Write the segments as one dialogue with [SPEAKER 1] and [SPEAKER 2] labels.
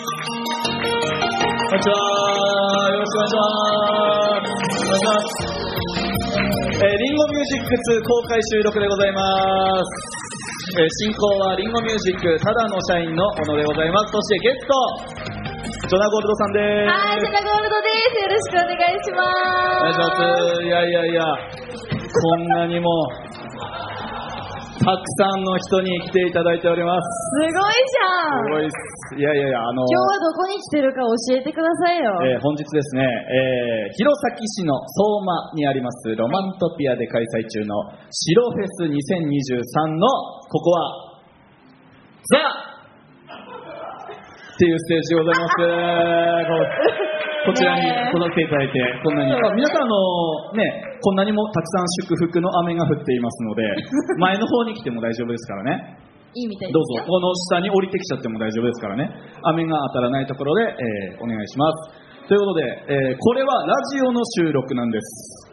[SPEAKER 1] こんにちは。よろしくお願いします。お願いします。えー、リンゴミュージック2公開収録でございます。えー進行はリンゴミュージックただの社員の小野でございます。そしてゲスト、ジョナゴールドさんです。
[SPEAKER 2] はい、セナゴールドです。よろしくお願いしま。
[SPEAKER 1] お願いしますす。いやいやいや、こんなにも、たくさんの人に来ていただいております。
[SPEAKER 2] すご
[SPEAKER 1] すご
[SPEAKER 2] いじゃん。今
[SPEAKER 1] いっす。いやいやいや、あの、
[SPEAKER 2] 日はどこに来てるか教えてくださいよ。
[SPEAKER 1] えー本日ですね、えー弘前市の相馬にあります、ロマントピアで開催中の、白フェス2023の、ここは、ザっていうステージでございます。ここちらに届けていただいて、こんなに。皆さん、あの、ね、こんなにもたくさん祝福の雨が降っています ので、前の方に来ても大丈夫ですからね。
[SPEAKER 2] いいみたい
[SPEAKER 1] ど
[SPEAKER 2] ですよ
[SPEAKER 1] うぞ、この下に降りてきちゃっても大丈夫ですからね。雨が当たらないところで、えーお願いします。ということで、えーこれはラジオの収録なんです。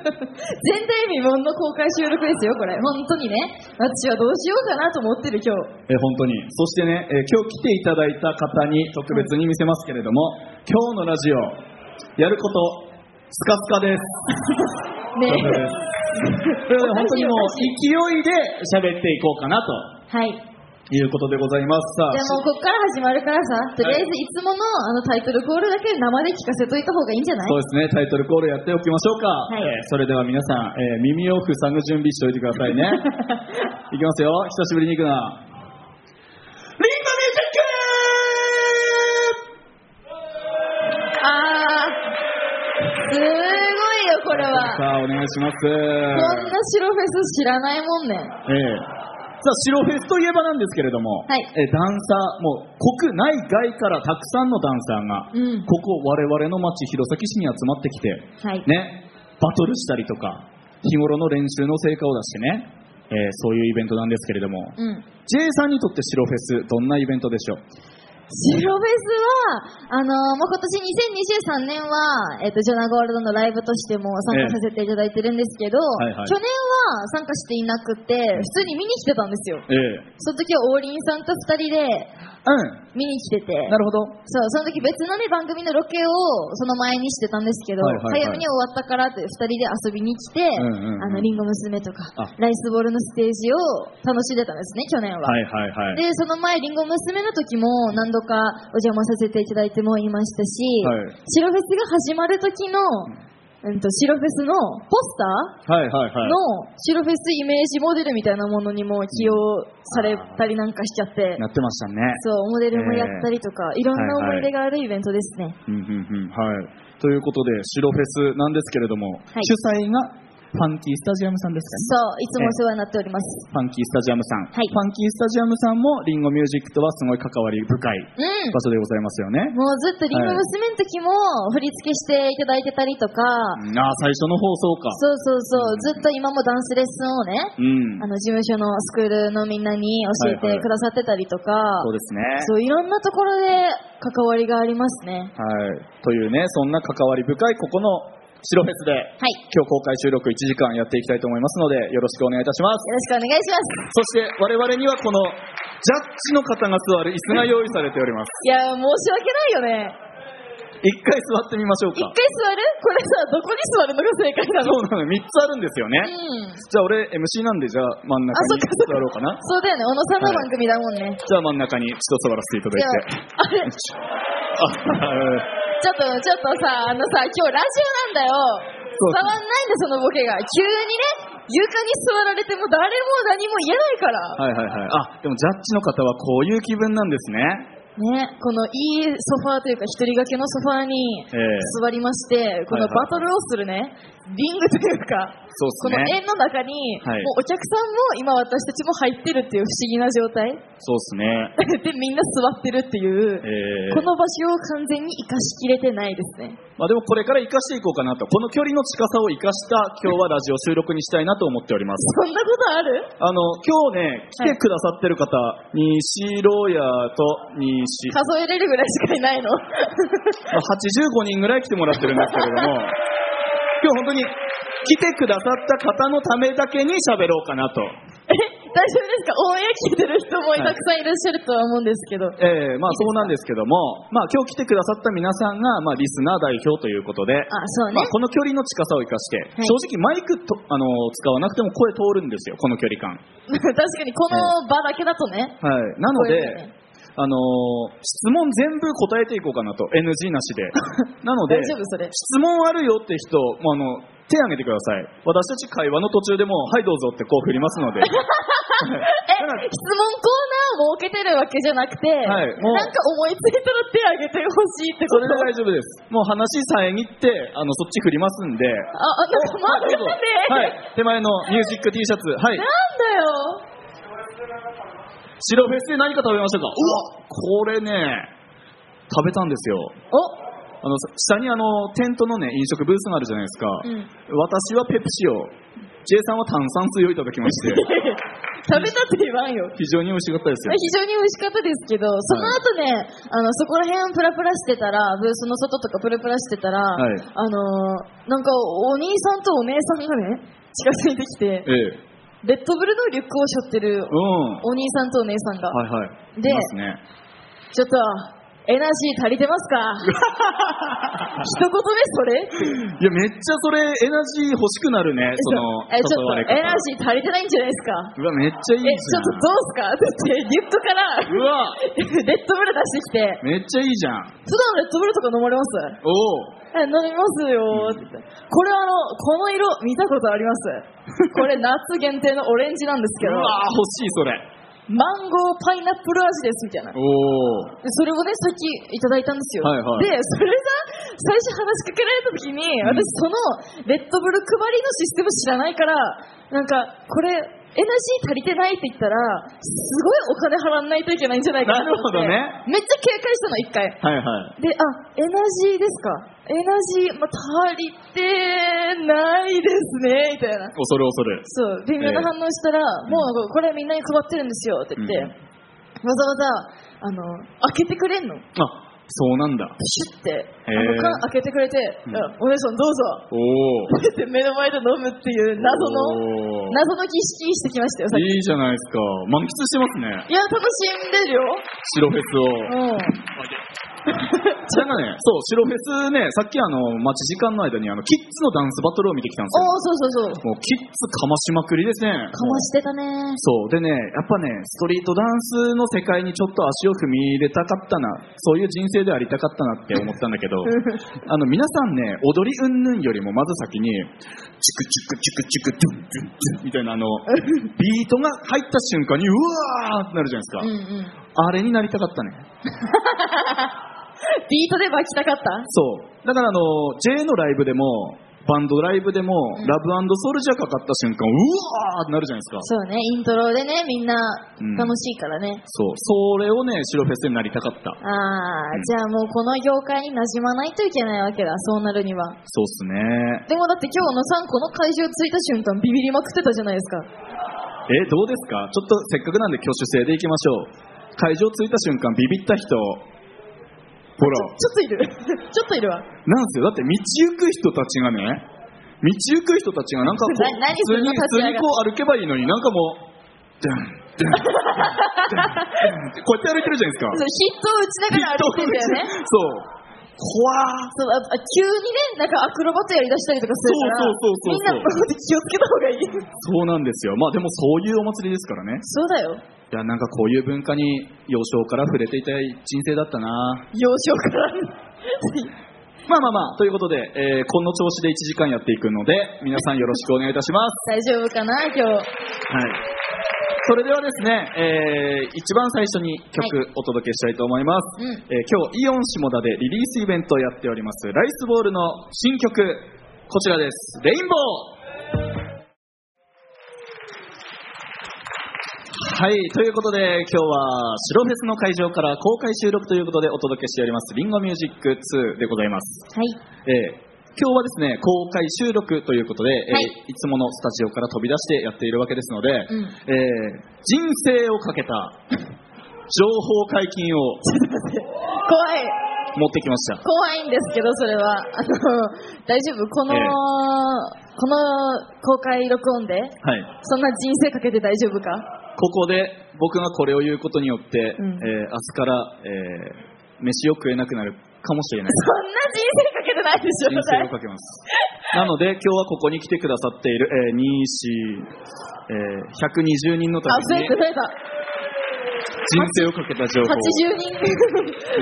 [SPEAKER 2] 全体未聞の公開収録ですよ、これ。本当にね。私はどうしようかなと思ってる今日。
[SPEAKER 1] えー本当に。そしてね、えー今日来ていただいた方に特別に見せますけれども、今日のラジオ、やること、スカスカです。
[SPEAKER 2] ね。
[SPEAKER 1] ということですということで 本当にもう勢いで喋っていこうかなと
[SPEAKER 2] はい。じ
[SPEAKER 1] いうことでございます。さあ、
[SPEAKER 2] ゃあもうこっから始まるからさ、とりあえずいつものあのタイトルコールだけ生で聞かせといた方がいいんじゃない
[SPEAKER 1] そうですね、タイトルコールやっておきましょうか。
[SPEAKER 2] い
[SPEAKER 1] えーそれでは皆さん、えー耳を塞ぐ準備しておいてください ね。いきますよ、久しぶりに行くな。リンゴミュージック
[SPEAKER 2] あー。すごいよ、これは。
[SPEAKER 1] さあ、お願いします。
[SPEAKER 2] こんな白フェス知らないもんね。
[SPEAKER 1] ええさあ、白フェスといえばなんですけれども、
[SPEAKER 2] はい
[SPEAKER 1] えーダンサー、もう国内外からたくさんのダンサーが、
[SPEAKER 2] うん
[SPEAKER 1] ここ我々の町、弘前市に集まってきて、
[SPEAKER 2] はい。
[SPEAKER 1] ね、バトルしたりとか、日頃の練習の成果を出してね、えーそういうイベントなんですけれども、
[SPEAKER 2] うん。
[SPEAKER 1] J さんにとって白フェス、どんなイベントでしょう
[SPEAKER 2] 白フェスは、あのーもう今年2023年は、えっ、と、ジョナゴールドのライブとしても参加させていただいてるんですけど、
[SPEAKER 1] ええはいはい
[SPEAKER 2] 去年は参加していなくて、普通に見に来てたんですよ。
[SPEAKER 1] ええ
[SPEAKER 2] その時は王林さんと二人で
[SPEAKER 1] う
[SPEAKER 2] 見に来てて、
[SPEAKER 1] ん、なるほど。
[SPEAKER 2] そう、その時別のね、番組のロケをその前にしてたんですけど、
[SPEAKER 1] はいはいはい
[SPEAKER 2] 早めに終わったからって二人で遊びに来て、
[SPEAKER 1] うんうんうん
[SPEAKER 2] あの、リンゴ娘とか
[SPEAKER 1] あ、
[SPEAKER 2] ライスボールのステージを楽しんでたんですね、去年は。
[SPEAKER 1] はいはいはい。
[SPEAKER 2] で、その前、リンゴ娘の時も何度かお邪魔させていただいてもいましたし、
[SPEAKER 1] はい
[SPEAKER 2] 白フェスが始まる時の、うんと、白フェスのポスター
[SPEAKER 1] はいはいはい。
[SPEAKER 2] の白フェスイメージモデルみたいなものにも起用されたりなんかしちゃって、
[SPEAKER 1] なってましたね。
[SPEAKER 2] そう、モデルもやったりとか、いろんな思い出があるイベントですね。
[SPEAKER 1] うんうんうん、はい。ということで、白フェスなんですけれども、
[SPEAKER 2] い
[SPEAKER 1] 主催がファンキースタジアムさんですかね。
[SPEAKER 2] そう、いつもお世話になっております。
[SPEAKER 1] ファンキースタジアムさん。
[SPEAKER 2] は
[SPEAKER 1] フ
[SPEAKER 2] い
[SPEAKER 1] ァンキースタジアムさんも、リンゴミュージックとはすごい関わり深い
[SPEAKER 2] うん
[SPEAKER 1] 場。所でございますよね。
[SPEAKER 2] もうずっとリンゴ娘の時も振り付けしていただいてたりとか、
[SPEAKER 1] うんああ、最初の放送か。
[SPEAKER 2] そうそうそう、ずっと今もダンスレッスンをね、
[SPEAKER 1] うん
[SPEAKER 2] あ。の事務所のスクールのみんなに教え
[SPEAKER 1] はいはい
[SPEAKER 2] てくださってたりとか、
[SPEAKER 1] そうですね。
[SPEAKER 2] そういろんなところで関わりがありますね。
[SPEAKER 1] はい。というね、そんな関わり深いここの白フェスで、
[SPEAKER 2] はい、よ
[SPEAKER 1] 今日公開収録1時間やっていきたいと思いますので、よろしくお願いいたします。
[SPEAKER 2] ろしくお願いします。
[SPEAKER 1] そして我々にはこのジャッジの方が座る椅子が用意されております。
[SPEAKER 2] いや、申し訳ないよね。
[SPEAKER 1] 一回座ってみましょう
[SPEAKER 2] 一回
[SPEAKER 1] か。
[SPEAKER 2] 座るこれさ、どこに座るのが正解なの
[SPEAKER 1] そうなの、3つあるんですよね。
[SPEAKER 2] うん。
[SPEAKER 1] じゃあ俺 MC なんで、じゃあ真ん中
[SPEAKER 2] あそ
[SPEAKER 1] に
[SPEAKER 2] っか
[SPEAKER 1] 座
[SPEAKER 2] そっか
[SPEAKER 1] ろうかな。
[SPEAKER 2] そうだよね、小野さんの番組だもんね。
[SPEAKER 1] じゃあ真ん中にちょっと座らせていただ
[SPEAKER 2] じゃ
[SPEAKER 1] いて。
[SPEAKER 2] あ、あれ、ち
[SPEAKER 1] あ
[SPEAKER 2] ょっと、ちょっとさ、あのさ、今日ラジオなんだよ。
[SPEAKER 1] そう
[SPEAKER 2] 伝わんないんだ、そのボケが。急にね、床に座られても誰も何も言
[SPEAKER 1] は
[SPEAKER 2] えないから。
[SPEAKER 1] いはいはい。あ、でもジャッジの方はこういう気分なんですね。
[SPEAKER 2] ね、このいいソファーというか、一人掛けのソファーに
[SPEAKER 1] ええ
[SPEAKER 2] 座りまして、このバトルをするね、リングというか、
[SPEAKER 1] そう
[SPEAKER 2] この
[SPEAKER 1] ですね。
[SPEAKER 2] 円の中に、
[SPEAKER 1] はい
[SPEAKER 2] もうお客さんも今私たちも入ってるっていう不思議な状態
[SPEAKER 1] そうですね。
[SPEAKER 2] で、みんな座ってるっていう、
[SPEAKER 1] えー
[SPEAKER 2] この場所を完全に生かしきれてないですね。
[SPEAKER 1] まあ、でもこれから生かしていこうかなと。この距離の近さを生かした今日はラジオ収録にしたいなと思っております。
[SPEAKER 2] そんなことある
[SPEAKER 1] あの、今日ね、来てくださってる方、西ローヤーと西、ま
[SPEAKER 2] 数えれるぐらいしかいないの。
[SPEAKER 1] あ85人ぐらい来てもらってるんですけれど も、今日本当に来てくださった方のためだけに喋ろうかなと。
[SPEAKER 2] え、大丈夫ですか応援来てる人も
[SPEAKER 1] い
[SPEAKER 2] たくさんいらっしゃるとは思うんですけど。
[SPEAKER 1] ええまあそうなんですけども、まあ今日来てくださった皆さんが、まあリスナー代表ということで、
[SPEAKER 2] あ、そう
[SPEAKER 1] ま
[SPEAKER 2] ね
[SPEAKER 1] あ、。この距離の近さを生かして、
[SPEAKER 2] はい
[SPEAKER 1] 正直マイクと、あの使わなくても声通るんですよ、この距離感。
[SPEAKER 2] 確かにこの場だけだとね。
[SPEAKER 1] はい。なので、
[SPEAKER 2] こういうね
[SPEAKER 1] あのー質問全部答えていこうかなと、NG なし で。なので、
[SPEAKER 2] 大丈夫それ。
[SPEAKER 1] 質問あるよって人、もうあの、手挙げてください。私たち会話の途中でもう、はいどうぞってこう振りますの で。
[SPEAKER 2] え、質問コーナーを設けてるわけじゃなくて、
[SPEAKER 1] はいもう
[SPEAKER 2] なんか思いついたら手挙げてほしいって
[SPEAKER 1] そ
[SPEAKER 2] こと
[SPEAKER 1] れで大丈夫です。もう話遮って、あの、そっち振りますんで。
[SPEAKER 2] あ、あなん
[SPEAKER 1] はい
[SPEAKER 2] か待
[SPEAKER 1] ど
[SPEAKER 2] っ
[SPEAKER 1] うぞ
[SPEAKER 2] て、
[SPEAKER 1] はい。手前のミュージック T シャツ。はい
[SPEAKER 2] な。んだよ
[SPEAKER 1] 白フェスで何か食べましたかうわこれね、食べたんですよ。
[SPEAKER 2] お
[SPEAKER 1] あの、下にあの、テントのね、飲食ブースがあるじゃないですか。
[SPEAKER 2] うん
[SPEAKER 1] 私はペプシを、J さんは炭酸水をいただきま して、
[SPEAKER 2] 食べたって言わんよ
[SPEAKER 1] 非常に美味しかったですよ
[SPEAKER 2] 非。常に美味しかったですけど、その後ね、あのそこら辺プラプラしてたら、ブースの外とかプラプラしてたら、
[SPEAKER 1] はい
[SPEAKER 2] あのーなんかお兄さんとお姉さんがね、近づいてきて、
[SPEAKER 1] ええ。
[SPEAKER 2] レッドブルのリュックを背負ってる
[SPEAKER 1] うん。
[SPEAKER 2] お兄さんとお姉さんが、
[SPEAKER 1] はいはい。
[SPEAKER 2] で
[SPEAKER 1] いますね。
[SPEAKER 2] ちょっと、エナジー足りてます か一言目それ
[SPEAKER 1] いや、めっちゃそれ、エナジー欲しくなるね、その、
[SPEAKER 2] え、ち
[SPEAKER 1] 誘
[SPEAKER 2] ょ
[SPEAKER 1] わ
[SPEAKER 2] っ
[SPEAKER 1] れ
[SPEAKER 2] と、エナ
[SPEAKER 1] 方。
[SPEAKER 2] ジー足りてないんじゃないですか
[SPEAKER 1] うわ、めっちゃいい
[SPEAKER 2] え、
[SPEAKER 1] じ
[SPEAKER 2] ちょっとどうすかだって、リュックから、
[SPEAKER 1] ゃん。うわ、め
[SPEAKER 2] レッドブル出してきて、
[SPEAKER 1] っちゃいいじゃん。
[SPEAKER 2] 普段レッドブルとか飲まれます
[SPEAKER 1] おお。
[SPEAKER 2] え飲みますよって言ってこれあのこの色見たことありますこれ夏限定のオレンジなんですけ
[SPEAKER 1] う
[SPEAKER 2] ど
[SPEAKER 1] わ、欲しい、それ。
[SPEAKER 2] マンゴーパイナップル味ですみたいな
[SPEAKER 1] おお。
[SPEAKER 2] でそれをねさっきいただいたんですよ、
[SPEAKER 1] はいはい
[SPEAKER 2] でそれさ最初話しかけられた時に、
[SPEAKER 1] ん
[SPEAKER 2] 私そのレッドブル配りのシステム知らないからなんかこれエナジー足りてないって言ったらすごいお金払わないといけないんじゃないかなと思っ
[SPEAKER 1] な
[SPEAKER 2] て
[SPEAKER 1] るほ
[SPEAKER 2] めっちゃ警戒したの一
[SPEAKER 1] は
[SPEAKER 2] 回
[SPEAKER 1] いはい。
[SPEAKER 2] で、あ、エナジーですかエナジー、まあ、足りてないですね、みたいな。
[SPEAKER 1] 恐る恐る。
[SPEAKER 2] そう、微妙な反応したら、もうこれみんなに配ってるんですよって言って、
[SPEAKER 1] うん
[SPEAKER 2] わざわざ、あの、開けてくれんの
[SPEAKER 1] あ、そうなんだ。
[SPEAKER 2] シュッて、あ
[SPEAKER 1] へー
[SPEAKER 2] の、缶開けてくれて、
[SPEAKER 1] うん
[SPEAKER 2] あお姉さんどうぞ
[SPEAKER 1] おお。
[SPEAKER 2] って目の前で飲むっていう謎の、
[SPEAKER 1] おー
[SPEAKER 2] 謎の儀式してきましたよ、さっき。
[SPEAKER 1] いいじゃないですか。満喫してますね。
[SPEAKER 2] いや、楽しんでるよ。
[SPEAKER 1] 白フェスを。
[SPEAKER 2] うん。
[SPEAKER 1] なんかね、そう、白フェスね、さっきあの、待ち時間の間にあの、キッズのダンスバトルを見てきたんです
[SPEAKER 2] おー、そうそうそう。
[SPEAKER 1] よ。もう、キッズかましまくりですね。
[SPEAKER 2] かましてたね。
[SPEAKER 1] そう。でね、やっぱね、ストリートダンスの世界にちょっと足を踏み入れたかったな、そういう人生でありたかったなって思ったんだけど、あの、皆さんね、踊りうんぬんよりもまず先に、チクチクチクチクチュンチュンチュンみたいなあの、ビートが入った瞬間に、うわーってなるじゃ
[SPEAKER 2] うん
[SPEAKER 1] ないですか。
[SPEAKER 2] う
[SPEAKER 1] あ
[SPEAKER 2] ん。
[SPEAKER 1] れになりたかったね。
[SPEAKER 2] ビートで巻きたかった
[SPEAKER 1] そう。だからあの、J のライブでも、バンドライブでも、
[SPEAKER 2] うん
[SPEAKER 1] ラブソルジャーかかった瞬間、うわーってなるじゃないですか。
[SPEAKER 2] そうね、イントロでね、みんな
[SPEAKER 1] うん
[SPEAKER 2] 楽しいからね。
[SPEAKER 1] そう。それをね、白フェスになりたかった。
[SPEAKER 2] ああ、じゃあもうこの業界に馴染まないといけないわけだ、そうなるには。
[SPEAKER 1] そうっすね。
[SPEAKER 2] でもだって今日の3個の会場着いた瞬間ビビりまくってたじゃないですか。
[SPEAKER 1] え、どうですかちょっとせっかくなんで挙手制でいきましょう。会場着いた瞬間ビビった人、ほら、
[SPEAKER 2] ちょっといる。 ちょっといるわ。
[SPEAKER 1] なんですよ。だって道行く人たちがね、道行く人たちがなんかこう、
[SPEAKER 2] な何
[SPEAKER 1] 普通に、
[SPEAKER 2] その
[SPEAKER 1] 普通に
[SPEAKER 2] 立ち上が
[SPEAKER 1] こう歩けばいいのになんかもう、ドゥン、ドゥン、ドゥン、ドゥンってこうやって歩いてるじゃないですかそう。
[SPEAKER 2] そうヒ。ットを打ちながら歩いてんだよね。
[SPEAKER 1] 怖ー。
[SPEAKER 2] そうああ急にね、なんかアクロバットやりだしたりとかするから、
[SPEAKER 1] そうそうそうそう
[SPEAKER 2] みんな こうやって気をつけた方
[SPEAKER 1] そうなん
[SPEAKER 2] がいい。
[SPEAKER 1] ですよ。まあでもそういうお祭りですからね。
[SPEAKER 2] そうだよ。
[SPEAKER 1] いや、なんかこういう文化に幼少から触れていたい人生だったな
[SPEAKER 2] 幼少から。
[SPEAKER 1] まあまあまあ、ということで、えーこの調子で1時間やっていくので、皆さんよろしくお願いいたします。
[SPEAKER 2] 大丈夫かな、今日。
[SPEAKER 1] はい。それではですね、えー一番最初に曲お届けしたいと思います。
[SPEAKER 2] うん
[SPEAKER 1] えー今日、イオン下田でリリースイベントをやっております、ライスボールの新曲、こちらです。レインボーはい、ということで今日は白フェスの会場から公開収録ということでお届けしております、リンゴミュージック2でございます。
[SPEAKER 2] はい。
[SPEAKER 1] えー今日はですね、公開収録ということで、えー
[SPEAKER 2] はい
[SPEAKER 1] い、つものスタジオから飛び出してやっているわけですので、
[SPEAKER 2] うん
[SPEAKER 1] えー人生をかけた情報解禁を
[SPEAKER 2] 怖い。
[SPEAKER 1] 持ってきました。
[SPEAKER 2] 怖いんですけど、それは。 あの、大丈夫この、
[SPEAKER 1] ええ
[SPEAKER 2] この公開録音で、
[SPEAKER 1] はい。
[SPEAKER 2] そんな人生かけて大丈夫か
[SPEAKER 1] ここで僕がこれを言うことによって、
[SPEAKER 2] うん
[SPEAKER 1] えー明日から、えー飯を食えなくなるかもしれない
[SPEAKER 2] そんな人生かけてないでしょ
[SPEAKER 1] 人生をかけますなので今日はここに来てくださっている、えー、2 4、えー120人のた
[SPEAKER 2] あ増
[SPEAKER 1] めに
[SPEAKER 2] えた
[SPEAKER 1] 人
[SPEAKER 2] 増えた
[SPEAKER 1] 生をかけた情報を
[SPEAKER 2] 80人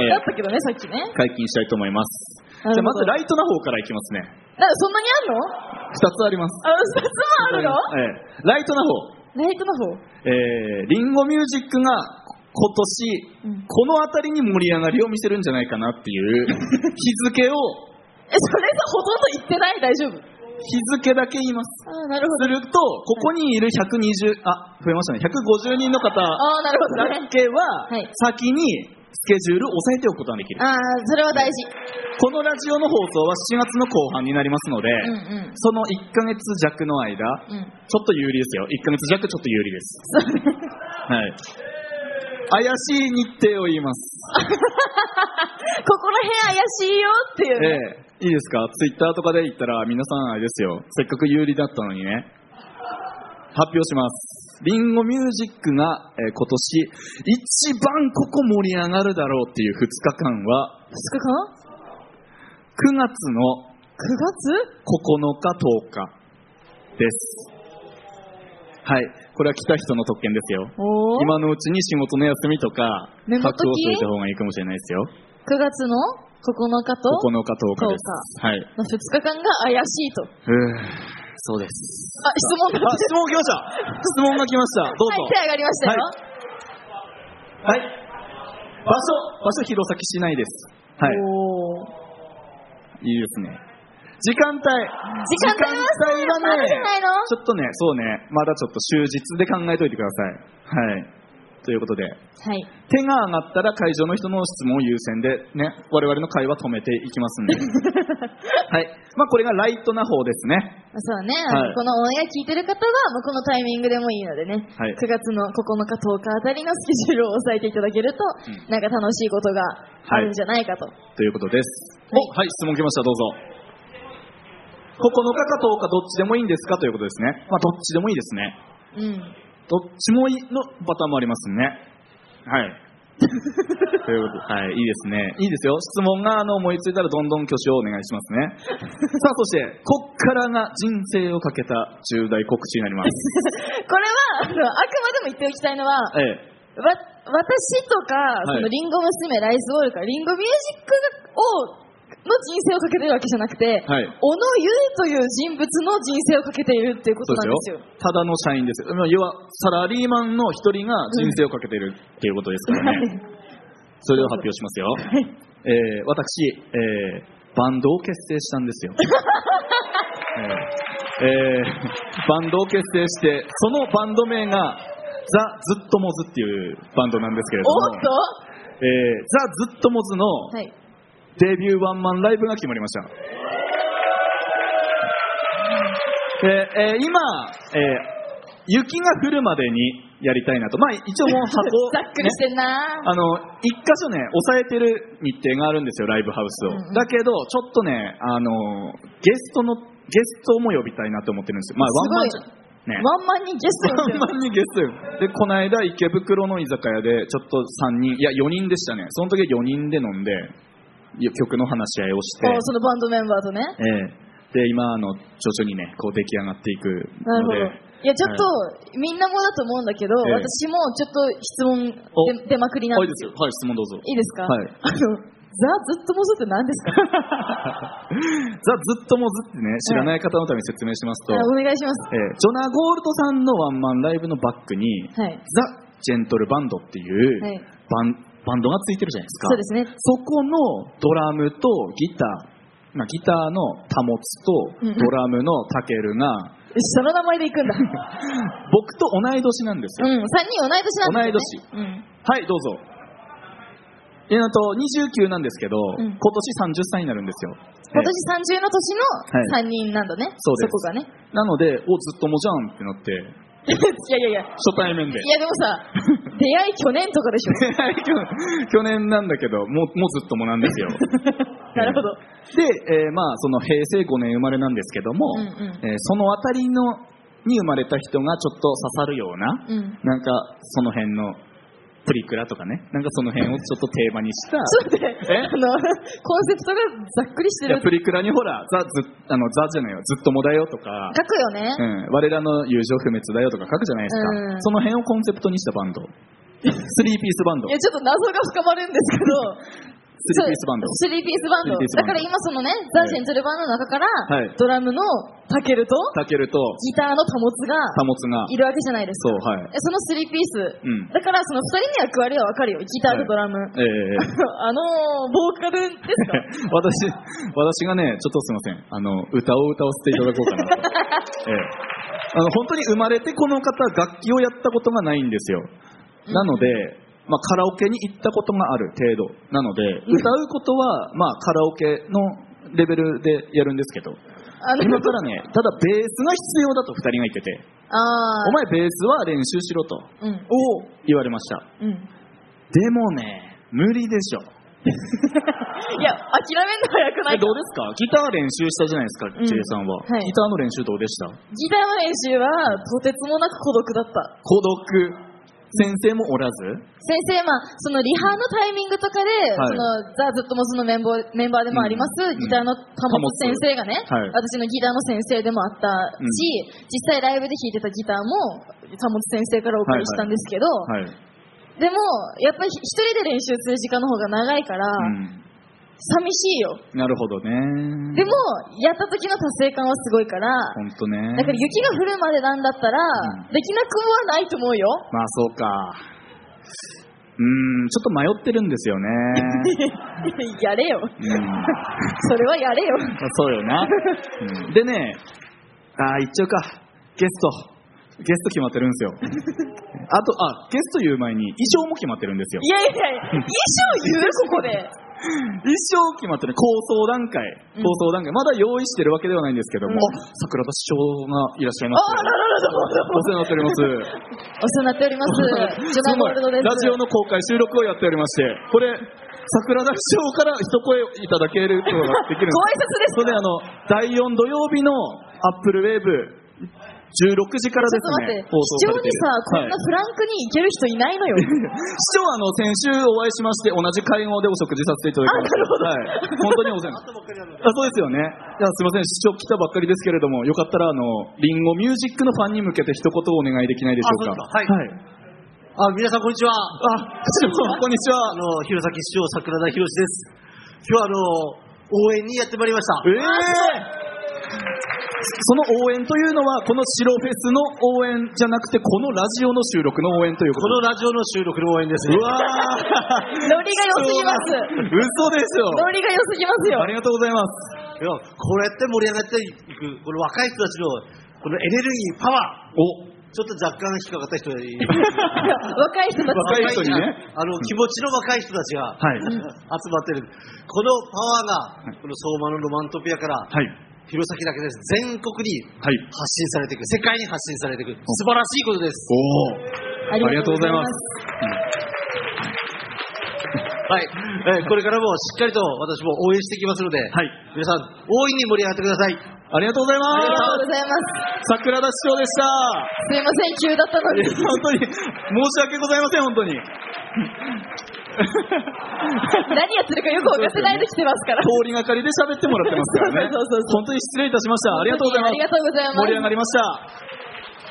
[SPEAKER 2] だったけどねさっきね
[SPEAKER 1] 解禁したいと思いますじ
[SPEAKER 2] な
[SPEAKER 1] ゃあ
[SPEAKER 2] る
[SPEAKER 1] ま
[SPEAKER 2] ほ
[SPEAKER 1] ず
[SPEAKER 2] ど
[SPEAKER 1] ライトな方からいきますね
[SPEAKER 2] なんかそんなにあんの
[SPEAKER 1] 2つあります
[SPEAKER 2] あの2つもあるの
[SPEAKER 1] ええライトな方
[SPEAKER 2] ライトの方
[SPEAKER 1] えー、リンゴミュージックが今年、
[SPEAKER 2] うん
[SPEAKER 1] この辺りに盛り上がりを見せるんじゃないかなって いう日付を
[SPEAKER 2] えそれさほとんど言ってない大丈夫
[SPEAKER 1] 日付だけ言います
[SPEAKER 2] あーなるほど
[SPEAKER 1] するとここにいる120あ増えましたね150人の方だ
[SPEAKER 2] ああなるほどね
[SPEAKER 1] けは
[SPEAKER 2] はい
[SPEAKER 1] 先にスケジュールを押さえておくことができる
[SPEAKER 2] ああそれは大事
[SPEAKER 1] このラジオの放送は7月の後半になりますので、
[SPEAKER 2] うんうん
[SPEAKER 1] その1ヶ月弱の間
[SPEAKER 2] うん
[SPEAKER 1] ちょっと有利ですよ1ヶ月弱ちょっと有利ですはい怪しい日程を言います
[SPEAKER 2] ここら辺怪しいよっていうね、
[SPEAKER 1] ええ、いいですかツイッターとかで言ったら皆さんあれですよせっかく有利だったのにね発表しますリンゴミュージックが、えー今年一番ここ盛り上がるだろうっていう2日間は
[SPEAKER 2] 2日かな
[SPEAKER 1] 9月の
[SPEAKER 2] 9月
[SPEAKER 1] 9日10日ですはいこれは来た人の特権ですよ
[SPEAKER 2] おお
[SPEAKER 1] 今のうちに仕事の休みとか
[SPEAKER 2] メモ
[SPEAKER 1] 確
[SPEAKER 2] と
[SPEAKER 1] 保
[SPEAKER 2] き
[SPEAKER 1] しておいた方がいいかもしれないですよ
[SPEAKER 2] 9月の9日と
[SPEAKER 1] 9日10日ですはい
[SPEAKER 2] の2日間が怪しいとあ
[SPEAKER 1] うーんそうです
[SPEAKER 2] 質問が
[SPEAKER 1] あ、質問来ました。質問が来ました。どうぞ
[SPEAKER 2] はい。手上がりましたよ、
[SPEAKER 1] はい。場所、場所弘前市内です。はい。
[SPEAKER 2] おお
[SPEAKER 1] いいですね。時間帯。
[SPEAKER 2] 時間帯はさ
[SPEAKER 1] 時間帯は
[SPEAKER 2] まだじゃ
[SPEAKER 1] ね、
[SPEAKER 2] ないの
[SPEAKER 1] ちょっとね、そうね、まだちょっと終日で考えといてください。はい。ということで、
[SPEAKER 2] はい
[SPEAKER 1] 手が上がったら会場の人の質問を優先でね、我々の会話止めていきますん で。はい。まあこれがライトな方ですね。
[SPEAKER 2] まあそうね、
[SPEAKER 1] はい
[SPEAKER 2] このオンエア聞いてる方は、もうこのタイミングでもいいのでね、
[SPEAKER 1] はい
[SPEAKER 2] 9月の9日、10日あたりのスケジュールを押さえていただけると、
[SPEAKER 1] うん
[SPEAKER 2] なんか楽しいことがあるんじゃないかと。
[SPEAKER 1] ということです。
[SPEAKER 2] はい
[SPEAKER 1] お、はい、質問来ました、どうぞ。9日か10日どっちでもいいんですかということですね。まあ、どっちでもいいですね。
[SPEAKER 2] うん。
[SPEAKER 1] どっちもいいのパターンもありますね。はい。ということで、 はい、いいですね。いいですよ。質問があの思いついたらどんどん挙手をお願いしますね。 さあ、そして、こっからが人生をかけた重大告知になります。
[SPEAKER 2] これは、あのあくまでも言っておきたいのは、わ
[SPEAKER 1] ええ。
[SPEAKER 2] 私とか、
[SPEAKER 1] はい
[SPEAKER 2] そのリンゴ娘、ライスボールから、リンゴミュージックを、の人生をかけてるわけじゃなくて、
[SPEAKER 1] はい
[SPEAKER 2] 小野優という人物の人生をかけているっていうことなんですよ。
[SPEAKER 1] ただの社員ですよ。まあ要は、サラリーマンの一人が人生をかけてるっていうことです からね。それでは発表しますよ。えー私、えーバンドを結成したんです よ。えーえーバンドを結成して、そのバンド名が、ザ・ずっともずっていうバンドなんですけれど
[SPEAKER 2] お
[SPEAKER 1] も
[SPEAKER 2] っ、と
[SPEAKER 1] えーザ・ずっともずの
[SPEAKER 2] はい。
[SPEAKER 1] デビューワンマンライブが決まりました。でえー今、えー雪が降るまでにやりたいなと、まあ、一応もう箱を
[SPEAKER 2] ざっくりしてんな
[SPEAKER 1] あの、一箇所ね、抑えてる日程があるんですよ、ライブハウスを。
[SPEAKER 2] うんうん
[SPEAKER 1] だけど、ちょっとね、あの、ゲストの、ゲストも呼びたいなと思ってるんですよ。まあ、ワンマンじゃ
[SPEAKER 2] すごい
[SPEAKER 1] ね。
[SPEAKER 2] ワンマンにゲスト
[SPEAKER 1] ワ
[SPEAKER 2] 呼んで
[SPEAKER 1] ンマン
[SPEAKER 2] る
[SPEAKER 1] にゲスト。で、この間、池袋の居酒屋で、ちょっと3人、いや、4人でしたね。その時4人で飲んで、いや曲の話し合いをして、
[SPEAKER 2] あそのバンドメンバーとね。
[SPEAKER 1] ええで、今、あの、徐々にね、こう出来上がっていく
[SPEAKER 2] なる
[SPEAKER 1] の
[SPEAKER 2] ほど
[SPEAKER 1] で、。
[SPEAKER 2] いや、ちょっと、みんなもだと思うんだけど、
[SPEAKER 1] ええ
[SPEAKER 2] 私もちょっと質
[SPEAKER 1] お
[SPEAKER 2] 問で出まくりなん
[SPEAKER 1] はい、いいです
[SPEAKER 2] で
[SPEAKER 1] よ。はい、質問どうぞ。
[SPEAKER 2] いいですか
[SPEAKER 1] はい
[SPEAKER 2] あの、ザ・ずっともずって何です
[SPEAKER 1] ザ・
[SPEAKER 2] か
[SPEAKER 1] ずっともずってね、知らない方のために説明しますと、
[SPEAKER 2] あお願いします。
[SPEAKER 1] えージョナ・ゴールドさんのワンマンライブのバックに、
[SPEAKER 2] はい。
[SPEAKER 1] ザ・ジェントルバンドっていう
[SPEAKER 2] はい
[SPEAKER 1] バン,、バンドがついてるじゃないですか。
[SPEAKER 2] そうですね。
[SPEAKER 1] そこのドラムとギター、まあ、ギターの保つ
[SPEAKER 2] うんうん
[SPEAKER 1] とドラムのタケルが、
[SPEAKER 2] その名前で行く んだ。う
[SPEAKER 1] 僕と同い年なんですよ。
[SPEAKER 2] ん、3人同い年なんですよ、ね。同い年。
[SPEAKER 1] はい、どうぞ。えーあと29なんですけど、
[SPEAKER 2] う
[SPEAKER 1] 今
[SPEAKER 2] ん
[SPEAKER 1] 年30歳になるんですよ。
[SPEAKER 2] 今
[SPEAKER 1] えー
[SPEAKER 2] 年30の年の3人なんだね。
[SPEAKER 1] そうです
[SPEAKER 2] そこがね。
[SPEAKER 1] なので、お、ずっともじゃんってなって、
[SPEAKER 2] いやいやいや。
[SPEAKER 1] 初対面で
[SPEAKER 2] い。やでもさ、出会い去年とかでしょ。
[SPEAKER 1] 去年なんだけど、もうもうずっともなんですよ。
[SPEAKER 2] なるほど。
[SPEAKER 1] で、えーまあ、その平成5年生まれなんですけども、
[SPEAKER 2] うんうん
[SPEAKER 1] えーそのあたりのに生まれた人がちょっと刺さるような、
[SPEAKER 2] うん
[SPEAKER 1] なんかその辺のプリクラとかね、なんかその辺をちょっとテーマにした、
[SPEAKER 2] そうで、
[SPEAKER 1] え
[SPEAKER 2] あの、コンセプトがざっくりして
[SPEAKER 1] いや
[SPEAKER 2] る。
[SPEAKER 1] プリクラにほら、ザ・ずあのザじゃないよ、ずっともだよとか、
[SPEAKER 2] 書くよね。
[SPEAKER 1] うん、我らの友情不滅だよとか書くじゃないですか、
[SPEAKER 2] うん
[SPEAKER 1] その辺をコンセプトにしたバンド、スリーピースバンド、
[SPEAKER 2] いや、ちょっと謎が深まるんですけど、
[SPEAKER 1] スリーピースバンド。
[SPEAKER 2] スリーピースバンド。
[SPEAKER 1] スリーピースバン
[SPEAKER 2] だ
[SPEAKER 1] ド
[SPEAKER 2] から今そのね、ザ・ジェントルバンドの中から、
[SPEAKER 1] はい
[SPEAKER 2] ドラムのタケルと、
[SPEAKER 1] タケルと
[SPEAKER 2] ギターのタモツが、
[SPEAKER 1] タモツが、
[SPEAKER 2] いるわけじゃないです
[SPEAKER 1] そ
[SPEAKER 2] か。
[SPEAKER 1] う、はい。
[SPEAKER 2] えそのスリーピー
[SPEAKER 1] うん
[SPEAKER 2] ス。だからその二人の役割はわかるよ。ギターとドラム。
[SPEAKER 1] ええ
[SPEAKER 2] あのー、ボーカルですか
[SPEAKER 1] 私、私がね、ちょっとすいません、あの、歌を歌わせていただこうかなと。ええあの、本当に生まれてこの方、楽器をやったことがないんですよ。なので、まあ、カラオケに行ったことがある程度なので、
[SPEAKER 2] ん
[SPEAKER 1] 歌うことは、まあ、カラオケのレベルでやるんですけど、
[SPEAKER 2] あ の、
[SPEAKER 1] 今からね、ただベースが必要だと2人が言ってて、
[SPEAKER 2] あ
[SPEAKER 1] お前ベースは練習しろと、
[SPEAKER 2] ー。うん。
[SPEAKER 1] を言われました。
[SPEAKER 2] うん。い
[SPEAKER 1] でもね、無理でしょ。
[SPEAKER 2] や、諦めんの早くな
[SPEAKER 1] え
[SPEAKER 2] いか
[SPEAKER 1] どうですかギター練習したじゃないですか、
[SPEAKER 2] ん
[SPEAKER 1] J さんは、
[SPEAKER 2] はい
[SPEAKER 1] ギターの練習どうでした
[SPEAKER 2] ギターの練習は、とてつもなく孤独だった。
[SPEAKER 1] 孤独先生もおらず
[SPEAKER 2] 先生、まあ、そのリハのタイミングとかで、その、ザ・ずっともそのメンボメンバーでもあります、
[SPEAKER 1] ん
[SPEAKER 2] ギターのタモツ先生が
[SPEAKER 1] は
[SPEAKER 2] ね、
[SPEAKER 1] い
[SPEAKER 2] 私のギターの先生でもあった
[SPEAKER 1] うん
[SPEAKER 2] し、実際ライブで弾いてたギターも、タモツ先生からお送りしたんですけど、
[SPEAKER 1] はい、う
[SPEAKER 2] でも、やっぱり一人で練習する時間の方が長いから、
[SPEAKER 1] ん、
[SPEAKER 2] 寂しいよ。
[SPEAKER 1] なるほどね
[SPEAKER 2] でも、やった時の達成感はすごいから、
[SPEAKER 1] ほんとね
[SPEAKER 2] だから雪が降るまでなんだったら、
[SPEAKER 1] うん
[SPEAKER 2] できなくはないと思うよ。
[SPEAKER 1] まあそうかうーんちょっと迷ってるんです よね、
[SPEAKER 2] やれよ。
[SPEAKER 1] うん、ま
[SPEAKER 2] それはやれよ。
[SPEAKER 1] あそうよな、うんでねああ言っちゃうかゲストゲスト決まってるんです よあとあゲスト言う前に衣装も決まってるんですよ
[SPEAKER 2] いやいやいや、衣装言うここで。
[SPEAKER 1] 一生決まってる構想段階、
[SPEAKER 2] うん
[SPEAKER 1] 構想段階、まだ用意してるわけではないんですけども、
[SPEAKER 2] うん
[SPEAKER 1] あ桜田師匠がいらっしゃい
[SPEAKER 2] あ
[SPEAKER 1] ます。
[SPEAKER 2] あらららら
[SPEAKER 1] お世話になっております。
[SPEAKER 2] お世話になってお ります。ジョナゴールドです。
[SPEAKER 1] ラジオの公開収録をやっておりまして、これ、桜田師匠から一声いただけることができるん
[SPEAKER 2] ご
[SPEAKER 1] です。それ
[SPEAKER 2] 挨
[SPEAKER 1] であの、第4土曜日のアップルウェーブ、16時から
[SPEAKER 2] 拶
[SPEAKER 1] で
[SPEAKER 2] です。ちょ
[SPEAKER 1] すね放送され
[SPEAKER 2] っと待って、、非常
[SPEAKER 1] てい
[SPEAKER 2] にさ、こん
[SPEAKER 1] る。
[SPEAKER 2] なフランクにいける人いない のよ。
[SPEAKER 1] 市長はあの先週お会いしまして同じ会合でお食事させていただきました。はい、本当にお世話になってあそうですよね。いやすみません市長来たばっかりですけれどもよかったらあのリンゴミュージックのファンに向けて一言お願いできないでしょうか。
[SPEAKER 3] あそうですかはいあ、皆さんこんにちは。あ、
[SPEAKER 1] 市長こんにち
[SPEAKER 3] あの、弘前市長桜田博です。今日はあの、応援にやってまいりました。
[SPEAKER 1] は。ええその応援というのはこの白フェスの応援じゃなくてこのラジオの収録の応援というこ。
[SPEAKER 3] ことのラジオの収録の応援ですね。
[SPEAKER 1] うわ ー。
[SPEAKER 2] ノリが良すぎます。
[SPEAKER 1] 嘘ですよ。
[SPEAKER 2] ノリが良すぎますよ
[SPEAKER 1] あ。りがとうございます。
[SPEAKER 3] いや、こうやって盛り上がっていく、この若い人たちの、このエネルギー、パワー、
[SPEAKER 1] お。
[SPEAKER 3] ちょっと若干引っかかった人がい る
[SPEAKER 2] 若い人たち。
[SPEAKER 1] 若い人にね
[SPEAKER 3] あの、気持ちの若い人たち
[SPEAKER 1] は
[SPEAKER 3] が、
[SPEAKER 1] い
[SPEAKER 3] 集まってる。このパワーが、この相馬のロマントピアから、
[SPEAKER 1] はい
[SPEAKER 3] 弘前だけです。全国に
[SPEAKER 1] はい。
[SPEAKER 3] 発信されていく。世界に発信されていく。素晴らしいことです。
[SPEAKER 1] おお。
[SPEAKER 2] あ
[SPEAKER 1] ありがとうございます。
[SPEAKER 3] はい、えーこれからもしっかりと私も応援していきますので、
[SPEAKER 1] はい
[SPEAKER 3] 皆さん、大いに盛り上がってください。
[SPEAKER 1] ありがとうござい
[SPEAKER 2] ありが
[SPEAKER 1] ま
[SPEAKER 2] とうございま
[SPEAKER 1] す。
[SPEAKER 2] す。
[SPEAKER 1] 桜田市長でした。
[SPEAKER 2] すいません、急だったの
[SPEAKER 1] いや。
[SPEAKER 2] に
[SPEAKER 1] 本当に申し訳ございません、本当に。
[SPEAKER 2] 何やってるかよく分かってないで来てますから。
[SPEAKER 1] 通りがかりで喋ってもらってますからね。
[SPEAKER 2] そうそうそう
[SPEAKER 1] 本当に失礼いたしました。ありがとうございます
[SPEAKER 2] あり。がとうございます。
[SPEAKER 1] 盛り上がりました。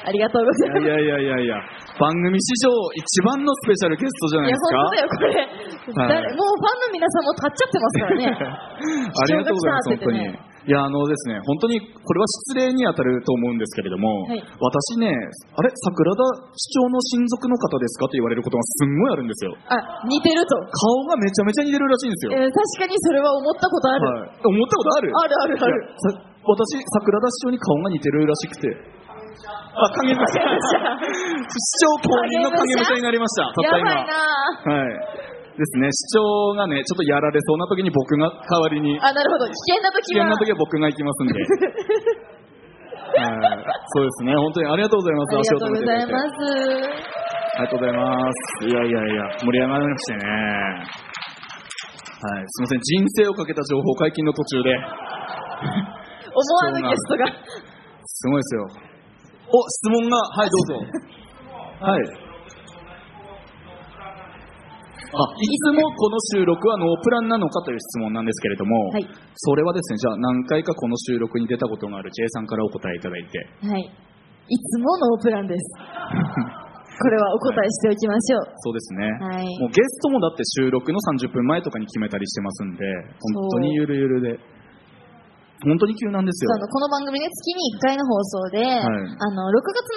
[SPEAKER 2] ありがとうございます
[SPEAKER 1] い。やいやいやいやいや、番組史上一番のスペシャルゲストじゃない
[SPEAKER 2] いや、
[SPEAKER 1] です
[SPEAKER 2] 本当
[SPEAKER 1] は
[SPEAKER 2] だよ、これ。
[SPEAKER 1] い
[SPEAKER 2] 誰もうファンの皆さんも立っちゃって ますからね。
[SPEAKER 1] か。ありがとうございます、
[SPEAKER 2] 貴
[SPEAKER 1] 本当
[SPEAKER 2] 重
[SPEAKER 1] に
[SPEAKER 2] な来たってね。
[SPEAKER 1] いや、あのですね、本当にこれは失礼に当たると思うんですけれども、
[SPEAKER 2] はい
[SPEAKER 1] 私ね、あれ、桜田市長の親族の方ですかと言われることがすんごいあるんですよ。
[SPEAKER 2] あ、似てると。
[SPEAKER 1] 顔がめちゃめちゃ似てるらしいんですよ。
[SPEAKER 2] えー確かにそれは思ったことある。
[SPEAKER 1] はい、思ったことある
[SPEAKER 2] あるあるある。
[SPEAKER 1] さ私、桜田市長に顔が似てるらしくて。あ、影武者。市長公認の影武者になりました、た
[SPEAKER 2] や
[SPEAKER 1] った
[SPEAKER 2] ばい
[SPEAKER 1] 今。
[SPEAKER 2] な
[SPEAKER 1] はい。ですね、市長がね、ちょっとやられそうな時に僕が代わりに、
[SPEAKER 2] あ、なるほど。危険な
[SPEAKER 1] 危
[SPEAKER 2] 時
[SPEAKER 1] 険
[SPEAKER 2] は。
[SPEAKER 1] な時は僕が行きます んで。はい、そうですね、本当にありがとうございます、
[SPEAKER 2] ありがとうござい
[SPEAKER 1] 足を止めてくれて
[SPEAKER 2] ます。
[SPEAKER 1] ありがとうございます。いやいやいや、盛り上がりましてね。はい、すみません、人生をかけた情報解禁の途中で。
[SPEAKER 2] 思わぬゲストが。
[SPEAKER 1] すごいですよ。質問が、はい、どうぞ。 はい。あいつもこの収録はノープランなのかという質問なんですけれども、
[SPEAKER 2] はい
[SPEAKER 1] それはですねじゃあ何回かこの収録に出たことのある J さんからお答えいただいて
[SPEAKER 2] はい。いつもノープ ランです。これはお答えしておきましょう。
[SPEAKER 1] そうですね、
[SPEAKER 2] はい
[SPEAKER 1] もうゲストもだって収録の30分前とかに決めたりしてますんで本当にゆるゆるで本当に急なんですよ
[SPEAKER 2] あのこの番組ね、月に1回の放送で、あの6月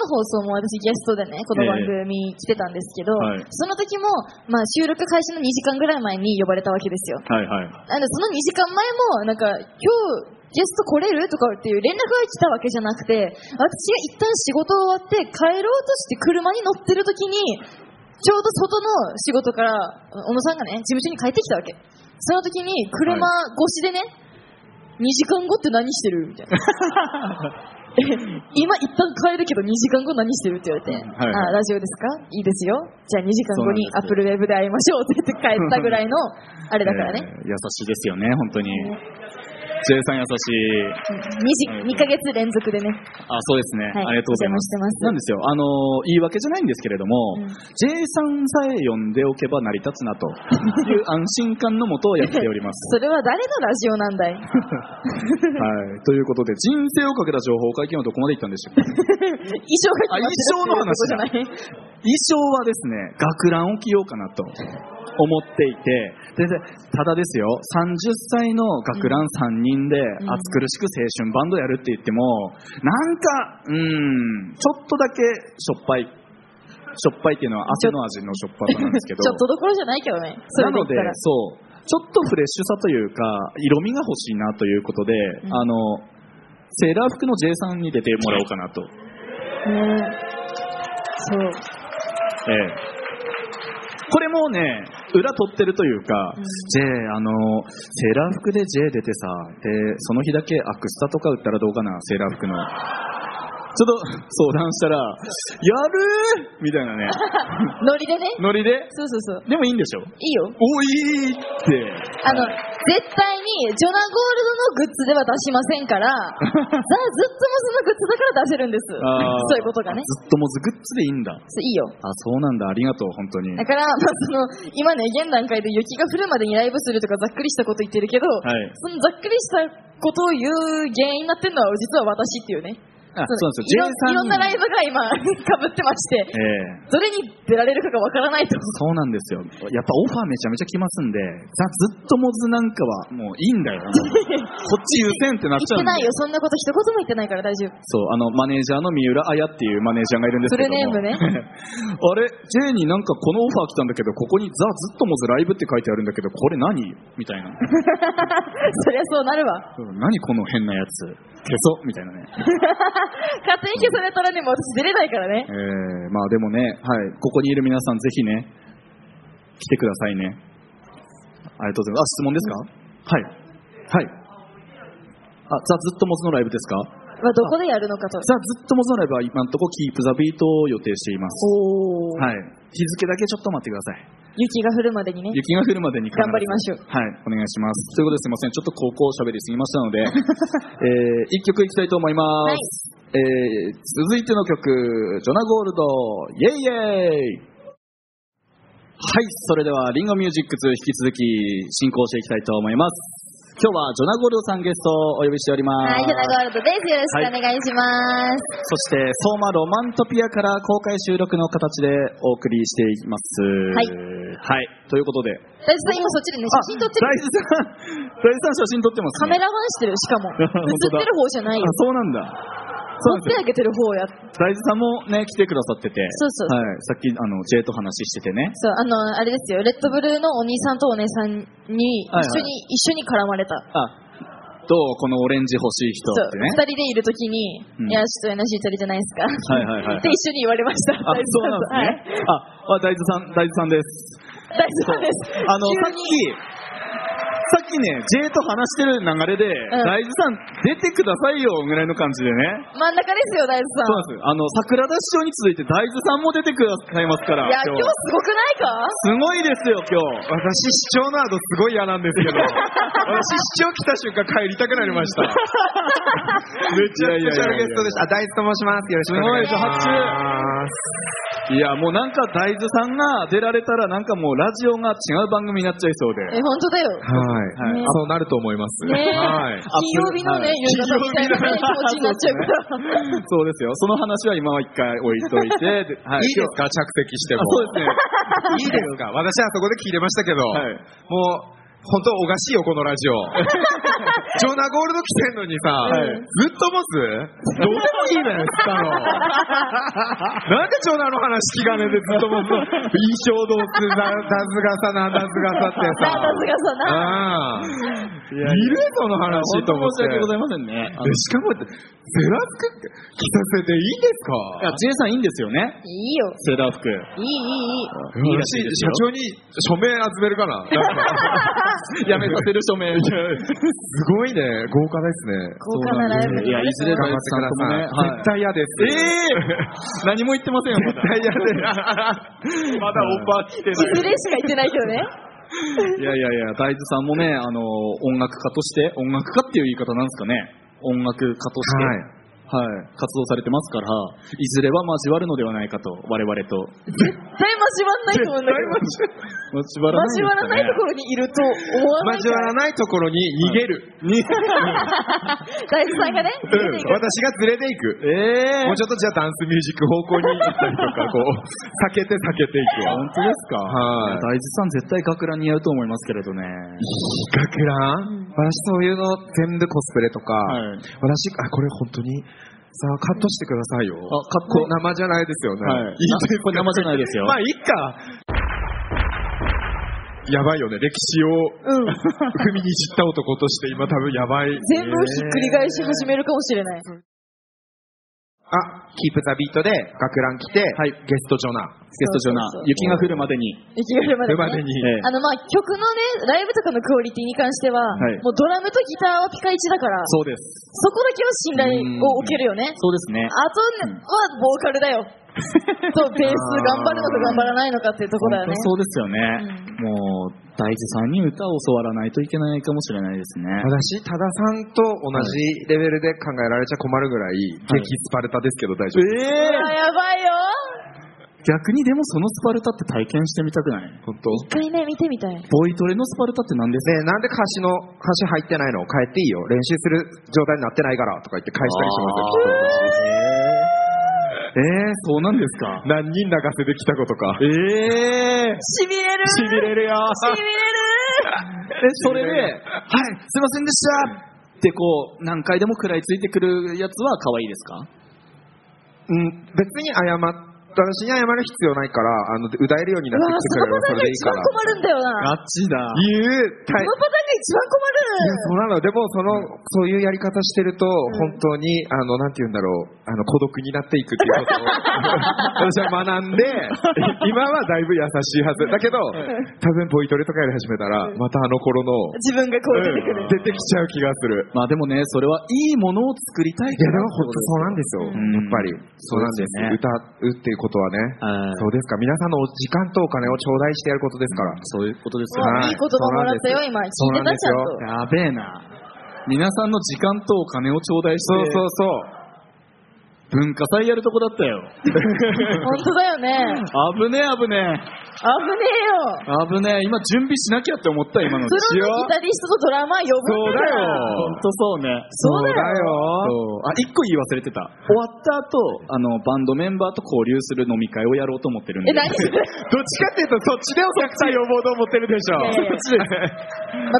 [SPEAKER 2] の放送も私ゲストでね、この番組来てたんですけど、
[SPEAKER 1] はい
[SPEAKER 2] その時も、まあ、収録開始の2時間ぐらい前に呼ばれたわけですよ。
[SPEAKER 1] はいはい
[SPEAKER 2] なんでその2時間前も、なんか、今日、ゲスト来れるとかっていう連絡が来たわけじゃなくて、私が一旦仕事終わって帰ろうとして車に乗ってる時に、ちょうど外の仕事から、小野さんがね、事務所に帰ってきたわけ。その時に、車越しでね、2時間後って何してるみたいな。 え今一旦帰るけど2時間後何してるって言われて、
[SPEAKER 1] はいはい
[SPEAKER 2] あラジオですかいいですよ。じゃあ2時間後にアップルウェブで会いましょうって言って帰った ぐらいの、あれだからね。
[SPEAKER 1] えー優しいですよね本当に J さん優しい
[SPEAKER 2] 2, 時2ヶ月連続でね。
[SPEAKER 1] あそうですね、
[SPEAKER 2] は
[SPEAKER 1] あり
[SPEAKER 2] い
[SPEAKER 1] がとうございます
[SPEAKER 2] お邪魔してます
[SPEAKER 1] なんですよあのー言い訳じゃないんですけれども、
[SPEAKER 2] うん
[SPEAKER 1] J さんさえ呼んでおけば成り立つなと いう安心感のもとをやっております、
[SPEAKER 2] それは誰のラジオなんだい
[SPEAKER 1] はい、ということで人生をかけた情報会見はどこまでいったんでしょうか
[SPEAKER 2] 衣装
[SPEAKER 1] あ
[SPEAKER 2] が決まってるっていうことじゃない
[SPEAKER 1] 衣装はですね学ランを着ようかなと思っていてででただですよ30歳の学ラン3人で暑
[SPEAKER 2] ん
[SPEAKER 1] 苦しく青春バンドやるって言ってもなんかうんちょっとだけしょっぱいしょっぱいっていうのは汗の味のしょっぱさなんですけど
[SPEAKER 2] ちょっとどころじゃないけどね。そ
[SPEAKER 1] な
[SPEAKER 2] れで
[SPEAKER 1] ので
[SPEAKER 2] 言ったら。
[SPEAKER 1] そうちょっとフレッシュさというか色味が欲しいなということで、
[SPEAKER 2] ん
[SPEAKER 1] あのセーラー服の J さんに出てもらおうかなと、え
[SPEAKER 2] ねそう。
[SPEAKER 1] えこれもね裏取ってるというか、
[SPEAKER 2] うん
[SPEAKER 1] J あのセーラー服で J 出てさでその日だけアクスタとか売ったらどうかなセーラー服のちょっと相談したらやるーみたいなね
[SPEAKER 2] ノリでね。
[SPEAKER 1] ノリで
[SPEAKER 2] そうそうそう。
[SPEAKER 1] でもいいんでしょ
[SPEAKER 2] いいよ。
[SPEAKER 1] おいいって
[SPEAKER 2] あの、絶対にジョナゴールドのグッズでは出しませ んから、ザ・ずっともそのグッズだから出せるんです。
[SPEAKER 1] あー
[SPEAKER 2] そういうことがね。
[SPEAKER 1] ずっともずグッズでいいんだ。あ、
[SPEAKER 2] そういいよ。
[SPEAKER 1] そうなんだ。ありがとう、本当に。
[SPEAKER 2] だから、まあ、その今ね、現段階で雪が降るまでにライブするとかざっくりしたこと言ってるけど、
[SPEAKER 1] い
[SPEAKER 2] そのざっくりしたことを言う原因になってるのは実は私っていうね、
[SPEAKER 1] あ、
[SPEAKER 2] そ
[SPEAKER 1] そう
[SPEAKER 2] の
[SPEAKER 1] なんですよ。
[SPEAKER 2] いろんいろんなライ
[SPEAKER 1] ブ。
[SPEAKER 2] ブが今、かぶってまし
[SPEAKER 1] え
[SPEAKER 2] て、
[SPEAKER 1] え
[SPEAKER 2] どれに出られるかがわからないと、
[SPEAKER 1] そうなんですよ。やっぱオファーめちゃめちゃ来ますんで、ザ・ずっともずなんかはもういいんだ よ。こっち優先ってなっちゃ
[SPEAKER 2] 言
[SPEAKER 1] う
[SPEAKER 2] っ
[SPEAKER 1] んで
[SPEAKER 2] てないよ、そんなこと一言も言ってないから大丈夫。
[SPEAKER 1] そう、あの、マネージャーの三浦綾っていうマネージャーがいるんですけども。
[SPEAKER 2] フ
[SPEAKER 1] あれ、
[SPEAKER 2] ルネーム
[SPEAKER 1] J になんかこのオファー来たんだけど、ここにザ・ずっともずライブって書いてあるんだけど、これ何みたい な。
[SPEAKER 2] そりゃそうなるわ。
[SPEAKER 1] 何この変なやつ。消そうみたいなね。
[SPEAKER 2] 勝手に消されたらね、もう私出れないからね
[SPEAKER 1] え。ー、まあでもね、はい、ここにいる皆さん、ぜひね、来てくださいね。ありがとうございます。あ、質問ですかはい。はい。あ、ザ・ずっとモズのライブですか
[SPEAKER 2] まあ、どこでやるのかと。
[SPEAKER 1] ザ・ずっとモズのライブは今のところキープ・ザ・ビートを予定しています。
[SPEAKER 2] おー、
[SPEAKER 1] はい。日付だけちょっと待ってください。
[SPEAKER 2] 雪が降るまでにね。
[SPEAKER 1] 雪が降るまでに必ず
[SPEAKER 2] 頑張りましょう
[SPEAKER 1] はい、お願いします。ということですいません、ちょっと高校喋りすぎましたので、 えー、一曲いきたいと思います。えー、続いての曲、ジョナ・ゴールド、イェイイェイはい、それでは、リンゴミュージック2引き続き進行していきたいと思います。今日はジョナ・ゴールドさんゲストをお呼びしております。
[SPEAKER 2] はい、ジョナゴールドです。よろしくお願いします。
[SPEAKER 1] そして、相馬ロマントピアから公開収録の形でお送りしていきます。
[SPEAKER 2] はい
[SPEAKER 1] はい、ということで、
[SPEAKER 2] 大地さん、今そっちでね、写真撮って
[SPEAKER 1] 大地
[SPEAKER 2] る。
[SPEAKER 1] さん、大地さん写真撮ってます
[SPEAKER 2] カメ
[SPEAKER 1] ね。
[SPEAKER 2] ラマンしてる、しかも。映
[SPEAKER 1] 本当
[SPEAKER 2] っ
[SPEAKER 1] だ
[SPEAKER 2] てる方じゃないよ
[SPEAKER 1] あ。そうなんだ。そうなんで
[SPEAKER 2] 撮っ
[SPEAKER 1] すよ
[SPEAKER 2] てあげてる方や。
[SPEAKER 1] 大地さんもね、来てくださってて。
[SPEAKER 2] そうそうそ
[SPEAKER 1] はい。さっき、あの、J と話しててね。
[SPEAKER 2] そう、あの、あれですよ、レッドブルーのお兄さんとお姉さんに一緒に、
[SPEAKER 1] はいはい
[SPEAKER 2] 一緒に絡まれた。
[SPEAKER 1] あ、どうこのオレンジ欲しい人
[SPEAKER 2] そ
[SPEAKER 1] っ
[SPEAKER 2] う
[SPEAKER 1] て、
[SPEAKER 2] 二
[SPEAKER 1] ね。
[SPEAKER 2] 人でいるときに、
[SPEAKER 1] うん
[SPEAKER 2] いや、ちょっと NG 足りてないですか
[SPEAKER 1] はいはいはい
[SPEAKER 2] って一緒に言われました。
[SPEAKER 1] あ、そうなんですね。あ、あ大地さん、大地さんです。
[SPEAKER 2] 大地さんはい大地さんです。
[SPEAKER 1] あの、さっ
[SPEAKER 2] 急
[SPEAKER 1] き
[SPEAKER 2] に、
[SPEAKER 1] さっきね、J と話してる流れで、
[SPEAKER 2] ん
[SPEAKER 1] 大豆さん出てくださいよぐらいの感じでね。
[SPEAKER 2] 真ん中ですよ、大豆
[SPEAKER 1] そうなんです。あの、桜田師匠に続いて大豆さんも出てくださいますか
[SPEAKER 2] さ
[SPEAKER 1] ら。
[SPEAKER 2] ん。いや、今日すごくないか
[SPEAKER 1] すごいですよ、今日。
[SPEAKER 4] 私、市長の後すごい嫌なんで すけど、私、市長来た瞬間帰りたくなりました。めちゃくちゃゲストでした。あ、大豆と申します。よろしくお願いします。
[SPEAKER 1] すごいいや、もうなんか大豆さんが出られたら、なんかもうラジオが違う番組になっちゃいそう
[SPEAKER 2] え、
[SPEAKER 1] で。
[SPEAKER 2] 本当だよ。
[SPEAKER 4] はい、
[SPEAKER 2] ね
[SPEAKER 4] そうなると思います。
[SPEAKER 2] ねえ
[SPEAKER 4] はい。
[SPEAKER 2] 金曜日のね、夕方みたいなね、気持ちになっちゃうから。
[SPEAKER 1] そうですよ。その話は今は一回置いといて、 ではい
[SPEAKER 4] いいですか着席しても
[SPEAKER 1] あ。そうですね。
[SPEAKER 4] いいですか私はそこで聞いてましたけど、
[SPEAKER 1] はい
[SPEAKER 4] もう、本当おかしいよ、このラ ジオ。ジョナゴールド来てんのにさ、
[SPEAKER 1] はい
[SPEAKER 4] ずっと持つどうでもいいのよ、スタの。なんでジョナの話聞かねえでずっと持つの印象動するな、ダズガサな、ダズガサって
[SPEAKER 2] なあ、
[SPEAKER 4] さ。
[SPEAKER 2] さすがさな。
[SPEAKER 4] ああ。い
[SPEAKER 1] や
[SPEAKER 4] るその話
[SPEAKER 1] 本
[SPEAKER 4] と
[SPEAKER 1] 当
[SPEAKER 4] 思っ。
[SPEAKER 1] 申して訳ございませんね。あの
[SPEAKER 4] でしかも、セラスク着させていいんです
[SPEAKER 1] いや
[SPEAKER 4] か
[SPEAKER 1] J さんいいんですよね。
[SPEAKER 2] いいよ。
[SPEAKER 1] セーダー服。
[SPEAKER 2] いい、いい、いい。
[SPEAKER 4] 私、社長に署名集めるかななんか
[SPEAKER 1] やめさせる署名。
[SPEAKER 4] すごいね、豪華ですね。
[SPEAKER 2] 豪華なライブ。
[SPEAKER 1] いや、いずれ大
[SPEAKER 4] 頑張
[SPEAKER 1] 豆
[SPEAKER 4] って
[SPEAKER 1] さんともね。
[SPEAKER 4] ください。絶対嫌です。
[SPEAKER 1] えー、何も言ってませんよ、まだ。
[SPEAKER 4] 絶対嫌です。まだオーバー来て
[SPEAKER 2] いずれしか言ってないけどね。
[SPEAKER 1] いやいやいや、大豆さんもね、あの、音楽家として、音楽家っていう言い方なんですかね。音楽家として。
[SPEAKER 4] はい
[SPEAKER 1] はい活動されてますから、いずれは交わるのではないかと、我々と。
[SPEAKER 2] 絶対交わんないと思うんだけど。
[SPEAKER 1] 交わらない、
[SPEAKER 2] 交わらないところにいると思わないか
[SPEAKER 4] 交
[SPEAKER 2] ら
[SPEAKER 4] わらないところに逃げる。
[SPEAKER 2] 大豆さんがね、出て
[SPEAKER 4] うん
[SPEAKER 2] いく
[SPEAKER 4] 私がずれていく。
[SPEAKER 1] えー、
[SPEAKER 4] もうちょっとじゃあダンスミュージック方向に行ったりとか、こう、避けて避けてい くわ。
[SPEAKER 1] 本当ですか
[SPEAKER 4] はい
[SPEAKER 1] や大豆さん絶対学ラン似合うと思いますけれどね。
[SPEAKER 4] 学ラン私そういうの全部コスプレとか、
[SPEAKER 1] はい
[SPEAKER 4] 私、あ、これ本当に、さあカットしてくださいよ。
[SPEAKER 1] あ、かっこいい。
[SPEAKER 4] 生じゃないですよね。
[SPEAKER 1] はい
[SPEAKER 4] いですか
[SPEAKER 1] これ生じゃないですよ
[SPEAKER 4] まあいいか。やばいよね、歴史を
[SPEAKER 2] うん。
[SPEAKER 4] 踏みにじった男として今多分やばい。
[SPEAKER 2] 全部をひっくり返し始めるかもしれない。
[SPEAKER 4] あ、キープザビートで学ラン来て、ゲストジョナ。
[SPEAKER 1] ゲスト上な
[SPEAKER 2] そうそうそう
[SPEAKER 1] 雪が降るまでに。
[SPEAKER 2] 生きが
[SPEAKER 4] 生
[SPEAKER 2] るま
[SPEAKER 4] ま
[SPEAKER 2] でね。
[SPEAKER 4] でに。
[SPEAKER 1] ええ
[SPEAKER 2] あのまあ曲のね、ライブとかのクオリティに関しては、
[SPEAKER 1] はい
[SPEAKER 2] もうドラムとギターはピカイチだから、そ
[SPEAKER 1] そうです。
[SPEAKER 2] こだけは信頼を受けるよね。
[SPEAKER 1] そうですね。
[SPEAKER 2] あとはボーカルだよ。と、ベース頑張るのか頑張らないのかっていうところだよね
[SPEAKER 1] 本当。そうですよね。もう、大豆さんに歌を教わらないといけないかもしれないですね。
[SPEAKER 4] 私、多田さんと同じレベルで考えられちゃ困るぐらい、
[SPEAKER 1] はい
[SPEAKER 4] 激スパルタですけど大丈夫。
[SPEAKER 1] え
[SPEAKER 2] あやばいよ。
[SPEAKER 1] 逆にでもそのスパルタって体験してみたくない
[SPEAKER 4] 本当
[SPEAKER 2] 一回ね、見てみたい。
[SPEAKER 1] ボイトレのスパルタって何ですか
[SPEAKER 4] ねえなんで歌詞の、歌詞入ってないの変えていいよ。練習する状態になってないからとか言って返したりし
[SPEAKER 1] えー、そうなんですか
[SPEAKER 4] ますよ。何人泣かせてきたことか。
[SPEAKER 1] ええ
[SPEAKER 2] しびれる
[SPEAKER 1] しびれるよ
[SPEAKER 2] しびれる
[SPEAKER 1] え、それで、はい、すいませんでしたってこう、何回でも食らいついてくるやつは可愛いですか
[SPEAKER 4] うん、別に謝っ私に謝る必要ないから、あの、歌えるように
[SPEAKER 2] う
[SPEAKER 4] なっ
[SPEAKER 2] わ
[SPEAKER 4] て
[SPEAKER 2] ぁ、
[SPEAKER 4] きて
[SPEAKER 2] そ
[SPEAKER 4] く
[SPEAKER 2] の
[SPEAKER 4] れれば
[SPEAKER 2] パタ
[SPEAKER 4] そ
[SPEAKER 2] ーン
[SPEAKER 4] れ
[SPEAKER 2] が
[SPEAKER 4] でいい
[SPEAKER 2] 一
[SPEAKER 4] か
[SPEAKER 1] ガチだ
[SPEAKER 2] 番困るんだよな。そのパターンが一番困る。
[SPEAKER 4] ら。言う、大いやそうなの。でも、その、そういうやり方してると、本当に、あの、なんて言うんだろう、あの、孤独になっていくっていうことを、私は学 んで、今はだいぶ優しいはず。だけど、多分、ボイトレとかやり始めたら、またあの頃の、
[SPEAKER 2] 自分がこう出てくる。
[SPEAKER 4] 出てきちゃう気がする。
[SPEAKER 1] まあでもね、それはいいものを作りたい
[SPEAKER 4] い
[SPEAKER 1] か
[SPEAKER 4] や、で
[SPEAKER 1] ら
[SPEAKER 4] も本当そうなんです
[SPEAKER 1] ん
[SPEAKER 4] よ。やっぱり。そうなんです。歌うっていうことはね。
[SPEAKER 1] はい
[SPEAKER 4] そうですか。皆さんのお時間とお金を頂戴してやることですから。
[SPEAKER 1] そういうことです
[SPEAKER 2] う
[SPEAKER 1] よね
[SPEAKER 2] わ
[SPEAKER 4] はい
[SPEAKER 2] いい言葉もらったよ、今。聞い
[SPEAKER 4] そう
[SPEAKER 2] て
[SPEAKER 4] なん
[SPEAKER 2] た、
[SPEAKER 4] で
[SPEAKER 2] ち
[SPEAKER 4] す
[SPEAKER 2] ゃん
[SPEAKER 4] よ
[SPEAKER 2] と。
[SPEAKER 1] やべえな。皆さんの時間とお金を頂戴して、
[SPEAKER 4] そうそうそう。
[SPEAKER 1] 文化祭やるとこだったよ。
[SPEAKER 2] 本当だよね。
[SPEAKER 1] 危ねえ危ねえ。
[SPEAKER 2] 危ねえよ。
[SPEAKER 1] 危ねえ。今準備しなきゃって思った、今の。
[SPEAKER 2] プロのギタリストとドラマー呼ぶんだか
[SPEAKER 4] そうだ
[SPEAKER 2] ら。
[SPEAKER 4] よ
[SPEAKER 1] 本当そうね。
[SPEAKER 2] そうだよ。
[SPEAKER 1] そうあ、一個言い忘れてた。終わった後、あの、バンドメンバーと交流する飲み会をやろうと思ってるんで。
[SPEAKER 2] え、何 それ
[SPEAKER 4] どっちかっていうと、そっちでお客さん呼ぼうと思ってるでしょ
[SPEAKER 2] いやいやいや
[SPEAKER 4] そっ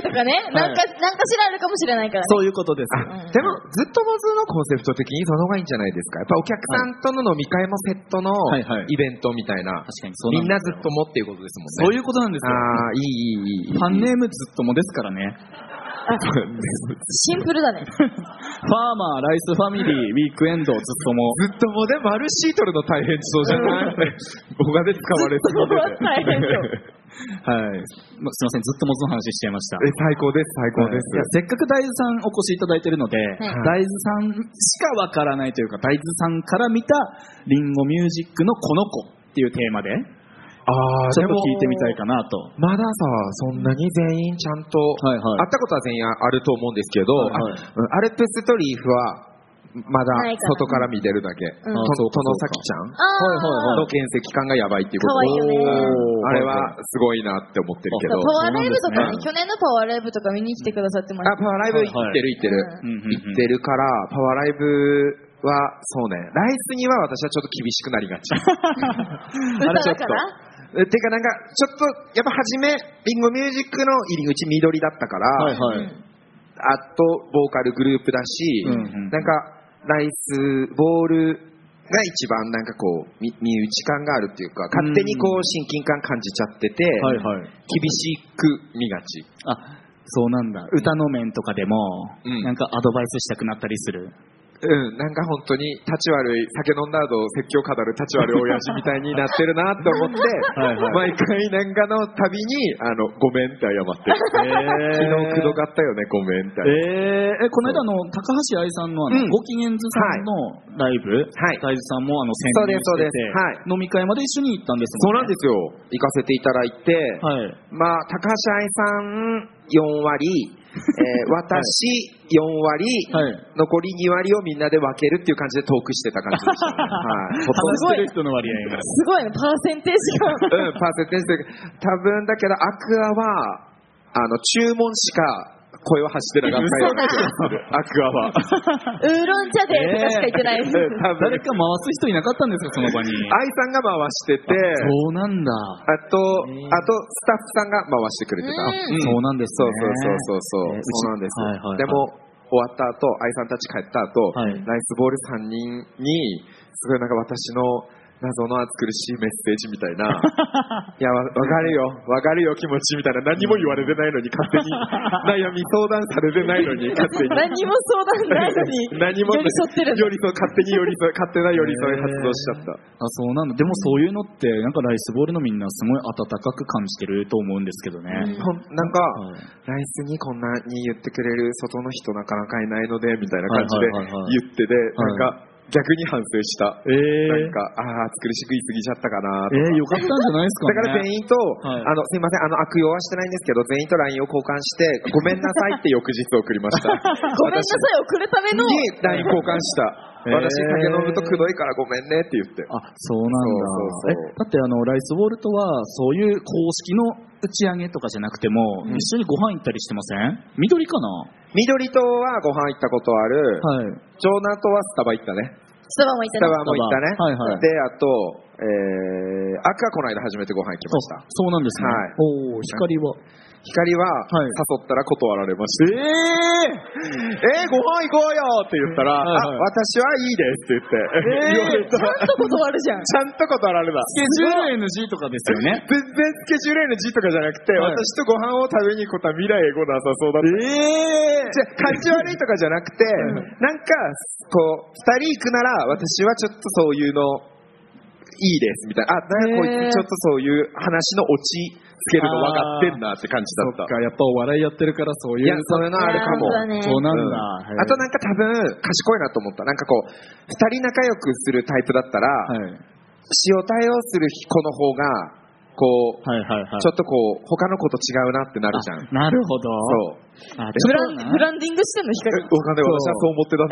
[SPEAKER 2] まあ、特選会
[SPEAKER 4] です
[SPEAKER 2] とかね、なんか、なんかしらあるかもしれないからね。
[SPEAKER 1] そういうことです。
[SPEAKER 4] あでも、ずっとモズのコンセプト的にその方がいいんじゃないですか。やっぱお客さんとの飲み会もセットの
[SPEAKER 1] はいはい
[SPEAKER 4] イベントみたいな。
[SPEAKER 1] 確かにそう
[SPEAKER 4] み
[SPEAKER 1] なんんで
[SPEAKER 4] な
[SPEAKER 1] す
[SPEAKER 4] ず
[SPEAKER 1] よ
[SPEAKER 4] っともっていうことです
[SPEAKER 1] そ
[SPEAKER 4] もん
[SPEAKER 1] う
[SPEAKER 4] ね。
[SPEAKER 1] いうことなんです
[SPEAKER 4] あ
[SPEAKER 1] よ。
[SPEAKER 4] あ、いい、いい、いい。
[SPEAKER 1] ファンネームずっともですからね。
[SPEAKER 2] シンプルだね。
[SPEAKER 1] ファーマー、ライスファミリー、ウィークエンド、ずっとも。
[SPEAKER 4] ずっと も で、マルシートルの大変そうじゃない他で使われて
[SPEAKER 2] ずっともは大変そう
[SPEAKER 1] はい。まあすいません、ずっとモズの話しちゃいました。
[SPEAKER 4] え最高です、最高です。
[SPEAKER 1] いやせっかく大豆さんお越しいただいてるので、
[SPEAKER 4] い
[SPEAKER 1] 大豆さんしかわからないというか大豆さんから見たリンゴミュージックのこの子っていうテーマで
[SPEAKER 4] あー
[SPEAKER 1] ちょっと
[SPEAKER 4] でも
[SPEAKER 1] 聞いてみたいかなと
[SPEAKER 4] まださ、そんなに全員ちゃんと、
[SPEAKER 1] はいはい
[SPEAKER 4] 会ったことは全員あると思うんですけど、
[SPEAKER 1] はいはい
[SPEAKER 4] あうんアルプストリーフは、まだ
[SPEAKER 2] ないから
[SPEAKER 4] 外から見てるだけ。
[SPEAKER 2] うん
[SPEAKER 1] あ
[SPEAKER 4] と
[SPEAKER 1] そうか
[SPEAKER 4] とのさきちゃん
[SPEAKER 2] あー
[SPEAKER 4] の検石感がやばいっていうこ
[SPEAKER 2] 可愛いよね
[SPEAKER 4] とうんあれ
[SPEAKER 1] はいは
[SPEAKER 4] はすごいなって思ってるけ
[SPEAKER 2] パ
[SPEAKER 4] ど。
[SPEAKER 2] ワーライブと
[SPEAKER 1] そうな
[SPEAKER 2] かね
[SPEAKER 1] んですね
[SPEAKER 2] 去年のパワーライブとか見に来てくださってまし
[SPEAKER 4] あ、
[SPEAKER 2] た。
[SPEAKER 4] パワーライブ行ってる
[SPEAKER 1] う
[SPEAKER 4] 行ってる。
[SPEAKER 1] んうんうん
[SPEAKER 4] 行ってるから、パワーライブは、そうね、ライスには私はちょっと厳しくなり がち。
[SPEAKER 2] 歌だから
[SPEAKER 4] えてかなんか、ちょっと、やっぱ初め、リンゴミュージックの入り口緑だったから、
[SPEAKER 1] はいは
[SPEAKER 2] う
[SPEAKER 1] い
[SPEAKER 2] ん
[SPEAKER 4] あと、ボーカルグループだし、
[SPEAKER 1] うんうん
[SPEAKER 4] なんか、ライス、ボールが一番なんかこう、み身内感があるっていうか、勝手にこう、親近感感じちゃってて、
[SPEAKER 1] はいはい
[SPEAKER 4] 厳しく見がち。
[SPEAKER 1] あそうなんだ歌の面とかでも、
[SPEAKER 4] うん
[SPEAKER 1] なんかアドバイスしたくなったりする
[SPEAKER 4] うん、なんか本当に、立ち悪い、酒飲んだ後、説教語る立ち悪い親父みたいになってるなと思って
[SPEAKER 1] はいは、
[SPEAKER 4] 毎回なんかのたびに、あの、ごめんって謝ってる。 昨日くどかったよね、ごめんって謝って。
[SPEAKER 1] えーえこの間の高橋愛さんのあの、
[SPEAKER 4] うん
[SPEAKER 1] ご機嫌図さんのライブ、
[SPEAKER 4] はい
[SPEAKER 1] 大豆さんもあの
[SPEAKER 4] そう
[SPEAKER 1] 宣伝
[SPEAKER 4] です
[SPEAKER 1] してて、
[SPEAKER 4] そうですは
[SPEAKER 1] 飲み会まで一緒に行ったんです
[SPEAKER 4] そう
[SPEAKER 1] も
[SPEAKER 4] なんん
[SPEAKER 1] ね
[SPEAKER 4] ですよ。行かせていただいて、
[SPEAKER 1] はい
[SPEAKER 4] まあ、高橋愛さん4割、 えー私4割、
[SPEAKER 1] はい
[SPEAKER 4] 残り2割をみんなで分けるっていう感じでトークしてた感じでしたね。 はい。ほとん
[SPEAKER 1] 話し
[SPEAKER 4] ど
[SPEAKER 1] てる人の割合が
[SPEAKER 2] すごいね、パーセンテージが。
[SPEAKER 4] うん、パーセンテージで多分だけど、アクアは、あの、注文しか声を発してなかったような気がする。アクアは。
[SPEAKER 2] ウーロン茶でとかしか言ってない。
[SPEAKER 4] うん多分
[SPEAKER 1] 誰か回す人いなかったんですか、その場に。
[SPEAKER 4] 愛さんが回してて、
[SPEAKER 1] そうなんだ。
[SPEAKER 4] あと、あと、スタッフさんが回してくれてた。
[SPEAKER 2] うん
[SPEAKER 4] ん
[SPEAKER 1] そうなんです
[SPEAKER 4] そう
[SPEAKER 1] ね。
[SPEAKER 4] そうそうそうそう、
[SPEAKER 1] ね
[SPEAKER 4] そうなんです、
[SPEAKER 1] はいはいはい
[SPEAKER 4] でも終わった後愛さんたち帰った後、
[SPEAKER 1] はい
[SPEAKER 4] ライスボール3人にすごいなんか私の謎の暑苦しいメッセージみたい ないやわわかるよわかるよ気持ちみたいな何も言われてないのに勝手 に悩み相談されてないのに勝手に
[SPEAKER 2] 何にも相談ないのに
[SPEAKER 4] 何も
[SPEAKER 2] 寄り添ってるんだ
[SPEAKER 4] 寄り添う勝手に寄り添う勝手な寄り添い発動しちゃった
[SPEAKER 1] あそうなんだ。でもそういうのって、なんかライスボールのみんなすごい温かく感じてると思うんですけどね。
[SPEAKER 2] うん
[SPEAKER 4] ほんなんか、
[SPEAKER 1] はい
[SPEAKER 4] ライスにこんなに言ってくれる外の人なかなかいないのでみたいな感じで
[SPEAKER 1] はいはいはいはい
[SPEAKER 4] 言ってで、なんか逆に反省した、
[SPEAKER 1] えー
[SPEAKER 4] なんかああ暑苦しく言い過ぎちゃったかなと
[SPEAKER 1] えー、よかったんじゃないですか、ね。
[SPEAKER 4] だから全員と、
[SPEAKER 1] はい
[SPEAKER 4] あのすいませんあの悪用はしてないんですけど全員と LINE を交換してごめんなさいって翌日送りました
[SPEAKER 2] ごめんなさい、送るための。
[SPEAKER 4] 私に LINE 交換した
[SPEAKER 1] えー
[SPEAKER 4] 私酒飲むとくどいからごめんねって言って
[SPEAKER 1] あ、そうなん
[SPEAKER 4] そうそう
[SPEAKER 1] だ。
[SPEAKER 4] そう
[SPEAKER 1] え、だってあの、ライスボールとは、そういう公式の打ち上げとかじゃなくても、
[SPEAKER 2] うん
[SPEAKER 1] 一緒にご飯行ったりしてません緑かな
[SPEAKER 4] 緑とはご飯行ったことある、
[SPEAKER 1] はい。
[SPEAKER 4] 長男とはスタバ行ったね
[SPEAKER 2] スタバもい
[SPEAKER 4] ス
[SPEAKER 2] た
[SPEAKER 4] タ
[SPEAKER 2] ね。
[SPEAKER 4] バも行ったね。
[SPEAKER 1] はいはい
[SPEAKER 4] で、あと、えー、赤この間初めてご飯行きまし
[SPEAKER 1] そう
[SPEAKER 4] た。
[SPEAKER 1] そうなんですね。
[SPEAKER 4] はい
[SPEAKER 1] おー光は。
[SPEAKER 4] 光は、
[SPEAKER 1] い
[SPEAKER 4] 誘ったら断られました。えー、えご飯行こうよって言ったら、
[SPEAKER 1] はいはい
[SPEAKER 4] あ、私はいいですって言って、言われた。
[SPEAKER 2] ちゃんと断るじゃん。
[SPEAKER 4] ちゃんと断られた。
[SPEAKER 1] スケジュール NG とかですよね。
[SPEAKER 4] 全然スケジュールへの字とかじゃなくて、
[SPEAKER 1] はい
[SPEAKER 4] 私とご飯を食べに行くことは未来英語なさそうだった。ええじゃあ感じ悪いとかじゃなくて、なんか、こう、二人行くなら、私はちょっとそういうの、いいです、みたいな。あ、なんかこい
[SPEAKER 1] へー
[SPEAKER 4] つちょっとそういう話のオチつけるの分かってんなって感じだ
[SPEAKER 1] そっ
[SPEAKER 4] っ
[SPEAKER 1] か
[SPEAKER 4] た。、
[SPEAKER 1] やっぱお笑いやってるからそういう。
[SPEAKER 4] いや、そういうのあるかも。
[SPEAKER 2] そうだね
[SPEAKER 1] そうなんだ。
[SPEAKER 4] うん
[SPEAKER 1] へー
[SPEAKER 4] あとなんか多分、賢いなと思った。なんかこう、二人仲良くするタイプだったら、
[SPEAKER 1] はい、
[SPEAKER 4] 塩対応する子の方が、こう、
[SPEAKER 1] はいはいはい。
[SPEAKER 4] ちょっとこう、他の子と違うなってなるじゃん。
[SPEAKER 1] あなるほど。
[SPEAKER 4] そう。
[SPEAKER 1] あ
[SPEAKER 2] ブ
[SPEAKER 1] ちょ
[SPEAKER 2] ラ
[SPEAKER 1] っと
[SPEAKER 2] ン
[SPEAKER 1] な
[SPEAKER 2] ブランディングしてんの、
[SPEAKER 4] え
[SPEAKER 2] 光。
[SPEAKER 4] わかんない、私はそう思ってたん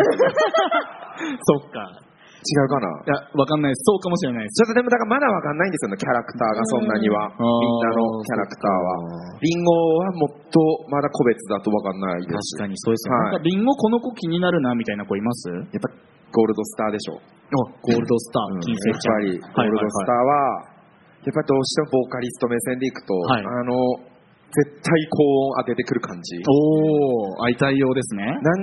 [SPEAKER 4] だけど。
[SPEAKER 1] そっか。
[SPEAKER 4] 違うかない
[SPEAKER 1] や、わかんないです。そうかもしれないです。
[SPEAKER 4] ちょっとでも、だからまだわかんないんですよね、キャラクターがそんなには。みん
[SPEAKER 1] うん
[SPEAKER 4] なのキャラクターは。リンゴはもっとまだ個別だとわかんないです。
[SPEAKER 1] 確かにそうですよね。なん
[SPEAKER 4] はい
[SPEAKER 1] か、リンゴこの子気になるな、みたいな子いますあ、
[SPEAKER 4] やっぱゴールドスターでしょ。
[SPEAKER 1] ゴールドスター、金
[SPEAKER 4] やっ
[SPEAKER 1] 星ちゃん。
[SPEAKER 4] ぱりゴールドスター
[SPEAKER 1] ー。
[SPEAKER 4] は、やっぱりどうしてもボーカリスト目線でいくと、
[SPEAKER 1] はい
[SPEAKER 4] あの、絶対高音上げてくる感じ。
[SPEAKER 1] おー、相対応ですね。
[SPEAKER 4] な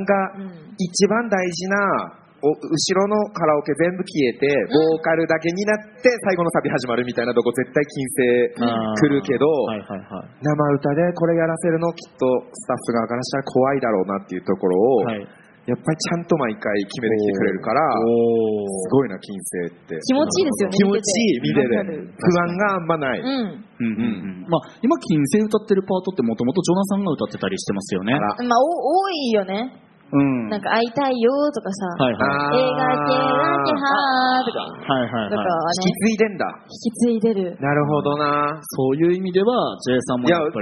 [SPEAKER 4] んか、
[SPEAKER 2] うん
[SPEAKER 4] 一番大事なお後ろのカラオケ全部消えてボーカルだけになって最後のサビ始まるみたいなとこ絶対
[SPEAKER 1] あ
[SPEAKER 4] 金
[SPEAKER 1] ー
[SPEAKER 4] 星来るけど、
[SPEAKER 1] はいはいはい。
[SPEAKER 4] 生歌でこれやらせるのきっとスタッフ側からしたら怖いだろうなっていうところを、
[SPEAKER 1] はい、
[SPEAKER 4] やっぱりちゃんと毎回決めてきてくれるから
[SPEAKER 3] お
[SPEAKER 4] すごいな金星って
[SPEAKER 2] 気持ちいいですよね
[SPEAKER 4] 気持ちいい見
[SPEAKER 2] 見
[SPEAKER 4] て
[SPEAKER 2] て
[SPEAKER 4] る
[SPEAKER 2] て
[SPEAKER 4] 不安があんまない、
[SPEAKER 2] うん。
[SPEAKER 1] うんうんうんまあ、今、金星歌ってるパートってもともとジョナさんが歌ってたりしてますよね。
[SPEAKER 4] あ
[SPEAKER 2] まあ、お多いよね。
[SPEAKER 1] うん。
[SPEAKER 2] な
[SPEAKER 1] は
[SPEAKER 2] んか、会いたいよとかさ、
[SPEAKER 1] いはい。
[SPEAKER 2] 映画系だけはーとか、
[SPEAKER 1] はいはい
[SPEAKER 2] なんか
[SPEAKER 1] はい。
[SPEAKER 4] 引き
[SPEAKER 2] ね、
[SPEAKER 4] 継いでんだ
[SPEAKER 2] 引き継いでる。
[SPEAKER 4] なるほどな
[SPEAKER 1] そういう意味では、J さんも
[SPEAKER 4] いや
[SPEAKER 1] やっ
[SPEAKER 4] 元祖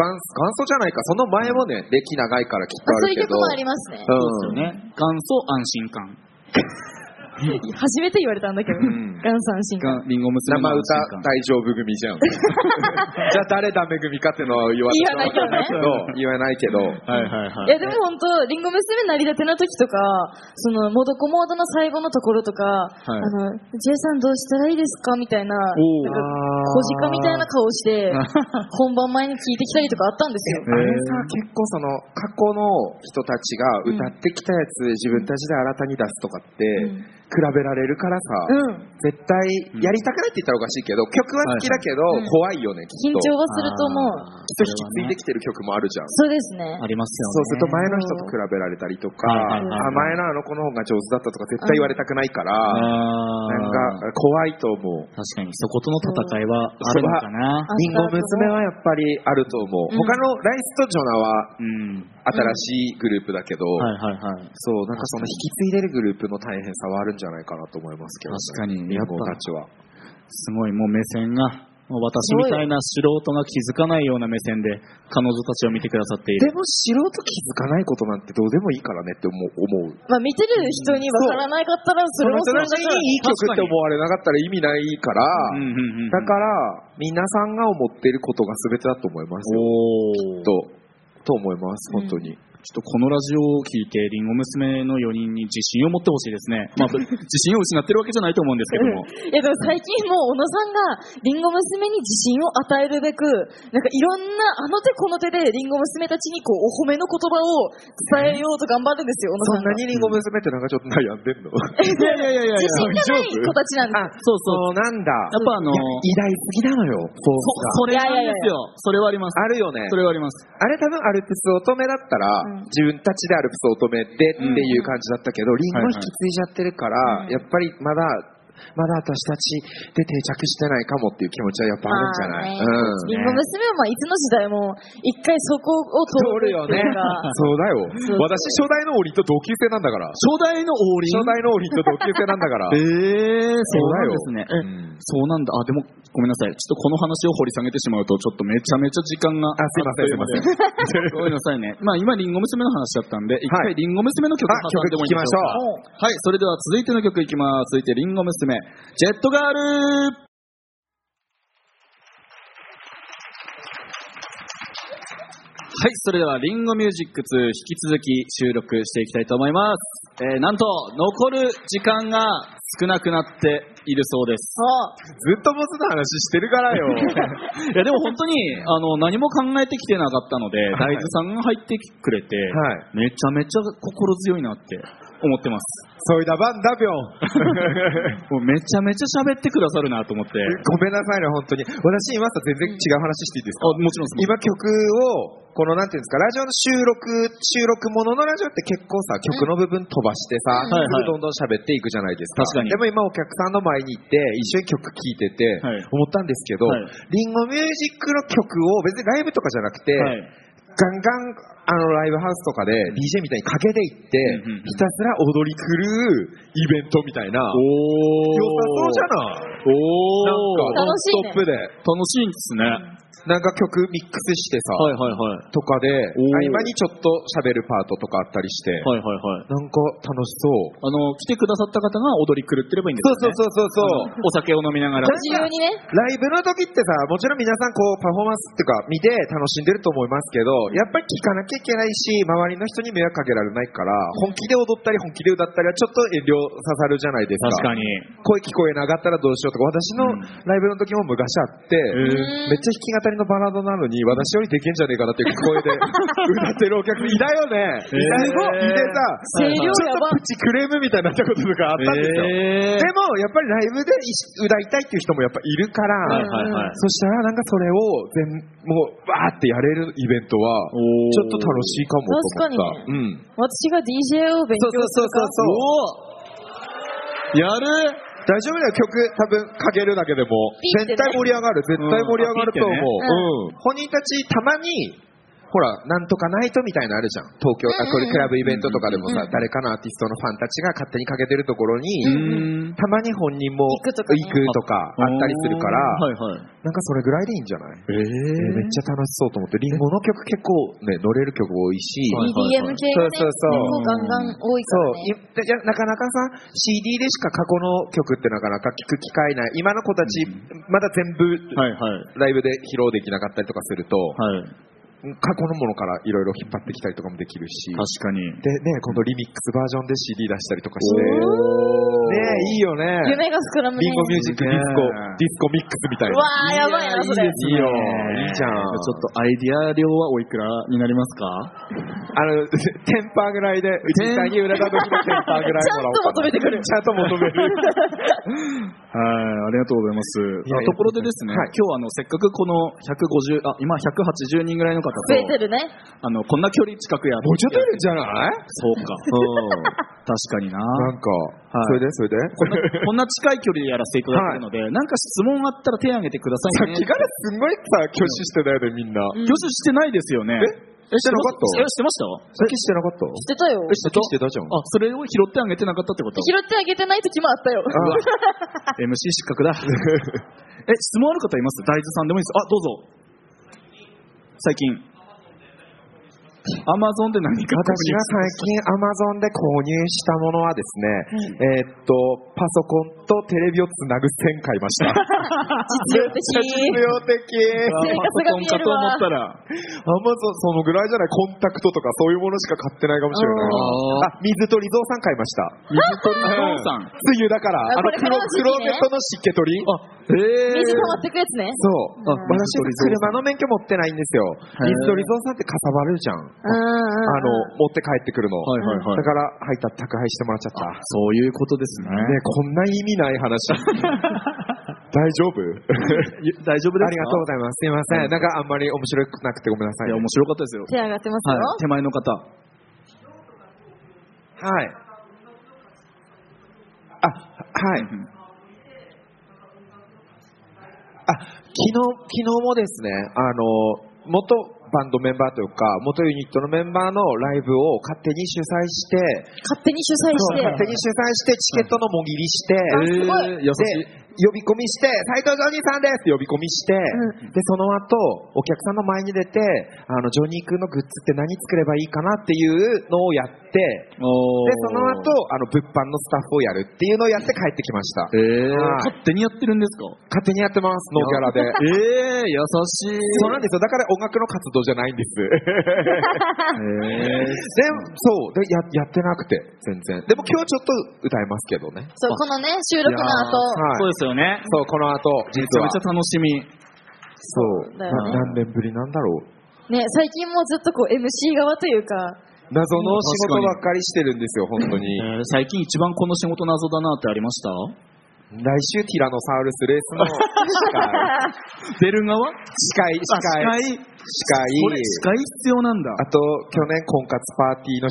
[SPEAKER 1] ぱり。
[SPEAKER 4] 元祖元祖じゃないかその前もね歴長いからきっと
[SPEAKER 2] あ
[SPEAKER 4] あ
[SPEAKER 2] そうい
[SPEAKER 4] る
[SPEAKER 2] う
[SPEAKER 4] け
[SPEAKER 2] 曲
[SPEAKER 4] ど
[SPEAKER 2] もありますね。
[SPEAKER 1] そうですよね。元祖安心感。
[SPEAKER 2] 初めて言われたんだけど、
[SPEAKER 4] ん
[SPEAKER 2] ガンさん進化。
[SPEAKER 1] がリンゴ娘
[SPEAKER 4] 生
[SPEAKER 1] の安心感。
[SPEAKER 4] 歌大丈夫組じゃん じゃあ誰ダメ組かっていうのは言わ
[SPEAKER 2] 言わないけ どね
[SPEAKER 4] 言わないけど
[SPEAKER 1] はいはいはい
[SPEAKER 2] いやでも本当、リンゴ娘成り立ての時とか、その、もどこモードの最後のところとか、あの、ジェイさんどうしたらいいですかみたいな、なんか
[SPEAKER 1] おー
[SPEAKER 2] 小鹿みたいな 顔して、本番前に聞いてきたりとかあったんですよ。
[SPEAKER 4] あれさ、結構その過去の人たちが歌ってきたやつ、自分たちで新たに出すとかって、
[SPEAKER 2] うん
[SPEAKER 4] 比べられるからさ、
[SPEAKER 2] うん。
[SPEAKER 4] 絶対やりたくないって言ったらおかしいけど、曲は好きだけど、
[SPEAKER 2] いはい
[SPEAKER 4] 怖いよね、きっ
[SPEAKER 2] 緊
[SPEAKER 4] と。
[SPEAKER 2] 張はすると思う。
[SPEAKER 1] あー
[SPEAKER 4] きっと引き継いできてる曲もあるじゃん。
[SPEAKER 2] そうですね。
[SPEAKER 1] ありますよね。
[SPEAKER 4] そうすると前の人と比べられたりとか、
[SPEAKER 1] はいはいはい
[SPEAKER 4] あ前のあの子の方が上手だったとか絶対言われたくないから、
[SPEAKER 1] あー
[SPEAKER 4] なんか怖いと思う。
[SPEAKER 1] 確かに、そことの戦いはあるのかな。
[SPEAKER 2] あ
[SPEAKER 4] リンゴ娘はやっぱりあると思う。
[SPEAKER 2] うん
[SPEAKER 4] 他のライスとジョ
[SPEAKER 1] うん。
[SPEAKER 4] ナは新しいグループだけど、
[SPEAKER 1] はいはいはい。
[SPEAKER 4] そう、なんかその引き継いでるグループの大変さはあるんじゃないかなと思いますけど、
[SPEAKER 1] 確かに
[SPEAKER 4] やっぱたちは。
[SPEAKER 1] すごい、もう目線が。もう私みたいな素人が気づかないような目線で彼女たちを見てくださっている。
[SPEAKER 4] でも素人気づかないことなんてどうでもいいからねって思う。思う
[SPEAKER 2] まあ見てる人にわからないかったら、そ
[SPEAKER 4] そ
[SPEAKER 2] れ
[SPEAKER 4] の
[SPEAKER 2] も
[SPEAKER 4] 人
[SPEAKER 2] そ
[SPEAKER 4] た
[SPEAKER 2] れ
[SPEAKER 4] ち
[SPEAKER 2] だ
[SPEAKER 4] にいい曲って思われなかったら意味ないから、
[SPEAKER 1] うんうんうんうん
[SPEAKER 4] だから皆さんが思っていることが全てだと思いますよ。
[SPEAKER 1] お
[SPEAKER 4] き
[SPEAKER 1] ー
[SPEAKER 4] っと、と思います、本当に。
[SPEAKER 1] ちょっとこのラジオを聞いて、りんご娘の4人に自信を持ってほしいですね。ま あ、ぶ自信を失ってるわけじゃないと思うんですけども。
[SPEAKER 2] いやでも最近もう小野さんがリンゴ娘に自信を与えるべく、なんかいろんなあの手この手でリンゴ娘たちにこうお褒めの言葉を伝えようと頑張るんですよ、小野さん
[SPEAKER 4] そんな
[SPEAKER 2] が。
[SPEAKER 4] にリンゴ娘ってなんかちょっと悩んでん
[SPEAKER 1] いやいやいやい
[SPEAKER 4] の
[SPEAKER 1] や
[SPEAKER 2] 自信がない子たちなんです。
[SPEAKER 1] そうそう。
[SPEAKER 4] そうなんだ。
[SPEAKER 1] やっぱあのー
[SPEAKER 4] いや偉大すぎなのよ、フォース
[SPEAKER 1] そそ
[SPEAKER 4] が。
[SPEAKER 1] れなんですよ。それはあります。
[SPEAKER 4] あるよね。
[SPEAKER 1] それはあります。
[SPEAKER 4] あれ多分アルプス乙女だったら、
[SPEAKER 2] うん
[SPEAKER 4] 自分たちでアルプス乙女でっていう感じだったけど、リンゴ引き継いじゃってるから、
[SPEAKER 2] はいはい
[SPEAKER 4] やっぱりまだ、まだ私たちで定着してないかもっていう気持ちはやっぱあるんじゃない、
[SPEAKER 2] ま
[SPEAKER 4] うん
[SPEAKER 2] リンゴ娘はまあいつの時代も一回そこを通
[SPEAKER 4] 通る
[SPEAKER 2] る
[SPEAKER 4] よ
[SPEAKER 2] ってい
[SPEAKER 4] ね
[SPEAKER 2] うか。
[SPEAKER 4] そうだよ。
[SPEAKER 2] そう
[SPEAKER 4] 私、初代の王林と同級生なんだから。
[SPEAKER 1] 初代の王林
[SPEAKER 4] 初代の王林と同級生なんだか ら。
[SPEAKER 1] ええそうなんですね。
[SPEAKER 4] そうだよ
[SPEAKER 1] え
[SPEAKER 4] うん
[SPEAKER 1] そうなんだ。あ、でも、ごめんなさい。ちょっとこの話を掘り下げてしまうと、ちょっとめちゃめちゃ時間が。
[SPEAKER 4] あすいません
[SPEAKER 1] あっとう間でごめんなさいね。まあ、今、リンゴ娘の話だったんで、一
[SPEAKER 4] は
[SPEAKER 1] 回
[SPEAKER 4] い
[SPEAKER 1] リンゴ娘の曲
[SPEAKER 4] あ
[SPEAKER 1] 挟んでもいいでしょうか。はい、それでは続いての曲いきます。続いて、リンゴ娘、ジェットガールはい、それでは、リンゴミュージック2、引き続き収録していきたいと思います。えー、なんと、残る時間が少なくなっているそうです。
[SPEAKER 4] ずっとボスの話してるからよ。
[SPEAKER 1] いや、でも本当に、あの、何も考えてきてなかったので、
[SPEAKER 4] はい
[SPEAKER 1] 大豆さんが入ってきてくれて、
[SPEAKER 4] はい。
[SPEAKER 1] めちゃめちゃ心強いなって思ってます。
[SPEAKER 4] そういだばんだぴょ
[SPEAKER 1] もう
[SPEAKER 4] ん。
[SPEAKER 1] めちゃめちゃ喋ってくださるなと思って。
[SPEAKER 4] ごめんなさいね、本当に。私、今さ、全然違う話していいです
[SPEAKER 1] あ、
[SPEAKER 4] か
[SPEAKER 1] もちろんです。
[SPEAKER 4] 今曲をこのなんていうんですかラジオの収録収録もののラジオって結構さ曲の部分飛ばしてさ、
[SPEAKER 1] うんはいはい
[SPEAKER 4] すぐどんどん喋っていくじゃないですか
[SPEAKER 1] 確かに
[SPEAKER 4] でも今お客さんの前に行って一緒に曲聴いて
[SPEAKER 1] は
[SPEAKER 4] て
[SPEAKER 1] い
[SPEAKER 4] 思ったんですけど、
[SPEAKER 1] はい
[SPEAKER 4] リンゴミュージックの曲を別にライブとかじゃなくて、
[SPEAKER 1] はい
[SPEAKER 4] ガンガンあのライブハウスとかで DJ みたいにかけていって、
[SPEAKER 1] うんうんうん
[SPEAKER 4] ひたすら踊り狂うイベントみたいな良さ
[SPEAKER 1] お
[SPEAKER 4] そうじゃない
[SPEAKER 1] お
[SPEAKER 4] なんか
[SPEAKER 1] ー
[SPEAKER 2] 楽しい
[SPEAKER 1] 楽しいんです
[SPEAKER 2] ね
[SPEAKER 4] ノンストップで
[SPEAKER 1] ね。
[SPEAKER 4] なんか曲ミックスしてさ、
[SPEAKER 1] はいはいはい。
[SPEAKER 4] とかで、
[SPEAKER 1] おー
[SPEAKER 4] 合間にちょっと喋るパートとかあったりして、
[SPEAKER 1] はいはいはい。
[SPEAKER 4] なんか楽しそ
[SPEAKER 1] あ
[SPEAKER 4] う。
[SPEAKER 1] の、来てくださった方が踊り狂ってればいいんですよね。
[SPEAKER 4] そ
[SPEAKER 1] あの
[SPEAKER 4] うそう
[SPEAKER 1] お酒を飲みながら。
[SPEAKER 2] 自由にね。
[SPEAKER 4] ライブの時ってさ、もちろん皆さんこうパフォーマンスっていうか見て楽しんでると思いますけど、やっぱり聞かなきゃいけないし、周りの人に迷惑かけられないから、本気で踊ったり本気で歌ったりはちょっと遠慮刺さるじゃないです
[SPEAKER 1] 確
[SPEAKER 4] か。
[SPEAKER 1] かに。
[SPEAKER 4] 声聞こえなかったらどうしようとか、私
[SPEAKER 1] うん
[SPEAKER 4] のライブの時も昔あって、
[SPEAKER 2] ー
[SPEAKER 4] めっちゃ弾き語りのバラードなのに、私よりでけんじゃねえかなっていう声で歌ってるお客さんいたよね。いたよ。
[SPEAKER 1] えー
[SPEAKER 2] 声
[SPEAKER 4] いてさ、
[SPEAKER 2] 量
[SPEAKER 4] ちょっ
[SPEAKER 2] やば
[SPEAKER 4] と。プチクレームみたいになったこととかあったんですよ。
[SPEAKER 1] えー
[SPEAKER 4] でも、やっぱりライブで歌いたいっていう人もやっぱいるか
[SPEAKER 1] はい
[SPEAKER 4] ら、
[SPEAKER 1] はいはい。
[SPEAKER 4] そしたらなんかそれを全、もう、わーってやれるイベントは、
[SPEAKER 1] おー
[SPEAKER 4] ちょっと楽楽しいかもと思った。
[SPEAKER 2] 確か私が DJ を
[SPEAKER 4] うん。
[SPEAKER 2] 勉強するか
[SPEAKER 4] そう。やる大丈夫だよ、曲多分かけるだけでも。
[SPEAKER 2] ピッてね
[SPEAKER 4] 絶対盛り上がる、絶対盛り上がると思う。うん本人たちたまに、ほら、なんとかナイトみたいなのあるじゃん。東京、あこれクラブイベントとかでも
[SPEAKER 2] うんうん
[SPEAKER 4] さ
[SPEAKER 2] う、ん
[SPEAKER 4] 誰かのアーティストのファンたちが勝手にかけてるとこ
[SPEAKER 2] う
[SPEAKER 4] ろ
[SPEAKER 2] ん
[SPEAKER 4] に、たまに本人も
[SPEAKER 2] 行くとかね
[SPEAKER 4] 行くとかあったりするから、
[SPEAKER 1] はいはい。
[SPEAKER 4] なんかそれぐらいでいいんじゃない
[SPEAKER 1] え
[SPEAKER 4] えーめっちゃ楽しそうと思って、リンゴの曲結構ね、乗れる曲多いし、
[SPEAKER 1] はいはいはい
[SPEAKER 2] EDM 系がね、
[SPEAKER 4] そうそ
[SPEAKER 2] 結構ガンガン多いから、ね。
[SPEAKER 4] うそうそういでいやなかなかさ、CD でしか過去の曲ってなかなか聞く機会ない。今の子たち、まだ全部
[SPEAKER 1] はいはい。
[SPEAKER 4] ライブで披露できなかったりとかすると、
[SPEAKER 1] はい。
[SPEAKER 4] 過去のものからいろいろ引っ張ってきたりとかもできるし、
[SPEAKER 1] 確かに。
[SPEAKER 4] でね、このリミックスバージョンで CD 出したりとかして、ね
[SPEAKER 2] お
[SPEAKER 4] いいよね。
[SPEAKER 2] 夢が膨らむね。
[SPEAKER 4] リンゴミュージックディスコ、
[SPEAKER 1] ね
[SPEAKER 4] ディスコミックスみたいな。
[SPEAKER 2] うわー、やばいな、それ。
[SPEAKER 4] いいよいいじゃん
[SPEAKER 1] ちょっとアイディア量はおいくらになりますか
[SPEAKER 4] あの、 テンパーぐらいで、うちみたいに裏田時のテンパーぐらいもら
[SPEAKER 2] ちゃ
[SPEAKER 4] おうかな。
[SPEAKER 2] んと求めてくる
[SPEAKER 4] ちゃんと求める。
[SPEAKER 1] はい、ありがとうございます。
[SPEAKER 4] いやい
[SPEAKER 1] と
[SPEAKER 4] や
[SPEAKER 1] ころでですね、
[SPEAKER 4] はい
[SPEAKER 1] 今日あの、せっかくこの150、あ、今180人ぐらいの方
[SPEAKER 2] 増えて
[SPEAKER 1] と、
[SPEAKER 2] るね。
[SPEAKER 1] あの、こんな距離近くや
[SPEAKER 4] もうちょっといるんじゃない
[SPEAKER 1] そうか。確か にな。
[SPEAKER 4] なんか、
[SPEAKER 1] い
[SPEAKER 4] それでそれで
[SPEAKER 1] こんなこんな近い距離でやらせていただいてるので、なんか質問あったら手挙げてくだ
[SPEAKER 4] さ
[SPEAKER 1] さいね。
[SPEAKER 4] っきからすごいさ、挙手してたよね、みん
[SPEAKER 2] う
[SPEAKER 4] な。
[SPEAKER 2] ん
[SPEAKER 1] 挙手してないですよね。
[SPEAKER 4] えしてなかった
[SPEAKER 1] えしてました
[SPEAKER 4] さっきしてなかった
[SPEAKER 2] してたよ。
[SPEAKER 4] さっきしてたじゃん。
[SPEAKER 1] あ、それを拾ってあげてなかったってこと
[SPEAKER 2] 拾ってあげてない時もあったよ。
[SPEAKER 4] あ
[SPEAKER 1] MC 失格だ。え、質問ある方います大豆さんでもいいです。あ、どうぞ。最近。アマゾンで何か
[SPEAKER 4] 私が最近 Amazon で購入したものはですね、えーっと、パソコンとテレビをつなぐ線買いました。
[SPEAKER 2] 実用的。
[SPEAKER 4] 用的。
[SPEAKER 2] 生活が見える
[SPEAKER 1] パソコンか
[SPEAKER 2] わ
[SPEAKER 1] と思ったら。
[SPEAKER 4] Amazon そのぐらいじゃない、コンタクトとかそういうものしか買ってないかもしれない。あ、水鳥ゾウさん買いました。
[SPEAKER 1] 水鳥ゾウさん。あ、
[SPEAKER 4] 梅雨だから、
[SPEAKER 2] あ
[SPEAKER 4] あ
[SPEAKER 2] こ
[SPEAKER 4] の
[SPEAKER 2] れか
[SPEAKER 4] クロ
[SPEAKER 2] ら
[SPEAKER 4] ク
[SPEAKER 2] の
[SPEAKER 4] ロ
[SPEAKER 2] 時期ね
[SPEAKER 1] え
[SPEAKER 2] 水
[SPEAKER 4] ーゼットの湿気取り。
[SPEAKER 2] 溜まってくやつね。
[SPEAKER 4] そう。
[SPEAKER 2] あ
[SPEAKER 4] 私、車の免許持ってないんですよ。
[SPEAKER 1] へー
[SPEAKER 4] 水鳥ゾウさんってかさばるじゃ
[SPEAKER 2] う
[SPEAKER 4] ん。
[SPEAKER 2] んうんうん。
[SPEAKER 4] あの、持って帰ってくるの。
[SPEAKER 1] はいはいはい
[SPEAKER 4] だから、配達宅配してもらっちゃった。
[SPEAKER 1] そういうことですね。
[SPEAKER 4] ね、こんな意味な い話。大丈夫 あ
[SPEAKER 1] 大丈夫ですか
[SPEAKER 4] りがとうございます。すいません。なんかあんまり面白くなくてごめんなさい
[SPEAKER 1] いや、。面白かったですよ。
[SPEAKER 2] 手上がってます
[SPEAKER 1] は
[SPEAKER 2] よ。
[SPEAKER 1] い、手前の方。
[SPEAKER 4] はい。あ、はい。
[SPEAKER 1] うん
[SPEAKER 4] あ、昨日、昨日もですね、あの、元バンドメンバーというか、元ユニットのメンバーのライブを勝手に主催して、
[SPEAKER 2] 勝手に主催
[SPEAKER 4] そう
[SPEAKER 2] して。
[SPEAKER 4] 勝手に主催して、チケットのもぎりし
[SPEAKER 1] えー、
[SPEAKER 2] すごい
[SPEAKER 4] て、
[SPEAKER 1] 優しい。
[SPEAKER 4] で、呼び込みして、斎藤ジョニーさんですって呼び込みして、
[SPEAKER 2] う
[SPEAKER 4] で、その後、お客さんの前に出て、あの、ジョニー君のグッズって何作ればいいかなっていうのをやって、
[SPEAKER 1] おー
[SPEAKER 4] で、その後、あの、物販のスタッフをやるっていうのをやって帰ってきました。
[SPEAKER 1] えー、
[SPEAKER 4] はい
[SPEAKER 1] 勝手にやってるん ですか
[SPEAKER 4] 勝手にやってます、ノーギャラ
[SPEAKER 1] えー、
[SPEAKER 4] で。
[SPEAKER 1] 優しい。
[SPEAKER 4] そうなんですよ。だから音楽の活動じゃないんです。
[SPEAKER 1] えー、
[SPEAKER 4] で、そう。で、や、やってなくて、全然。でも今日ちょっと歌いますけどね。
[SPEAKER 2] そう、このね、収録の後。
[SPEAKER 4] はい
[SPEAKER 1] そうですよね。
[SPEAKER 4] そう、この後、実
[SPEAKER 1] めちゃめ
[SPEAKER 4] は
[SPEAKER 1] ち。ゃ楽しみ。
[SPEAKER 4] そう。
[SPEAKER 2] だ
[SPEAKER 4] な
[SPEAKER 2] よね
[SPEAKER 4] 何年ぶりなんだろう。
[SPEAKER 2] ね、最近もうずっとこう MC 側というか、
[SPEAKER 4] 謎の仕事ばっかりしてるんですよ、本当に。
[SPEAKER 1] えー最近一番この仕事謎だなってありました
[SPEAKER 4] 来週、ティラノサウルスレースの
[SPEAKER 1] 出る側
[SPEAKER 4] 司会、
[SPEAKER 1] 司
[SPEAKER 4] 司会、司会、
[SPEAKER 1] 会。これ
[SPEAKER 4] 司
[SPEAKER 1] 司
[SPEAKER 4] 会、
[SPEAKER 1] 会必要なんだ。
[SPEAKER 4] あと、去年婚活パーティーの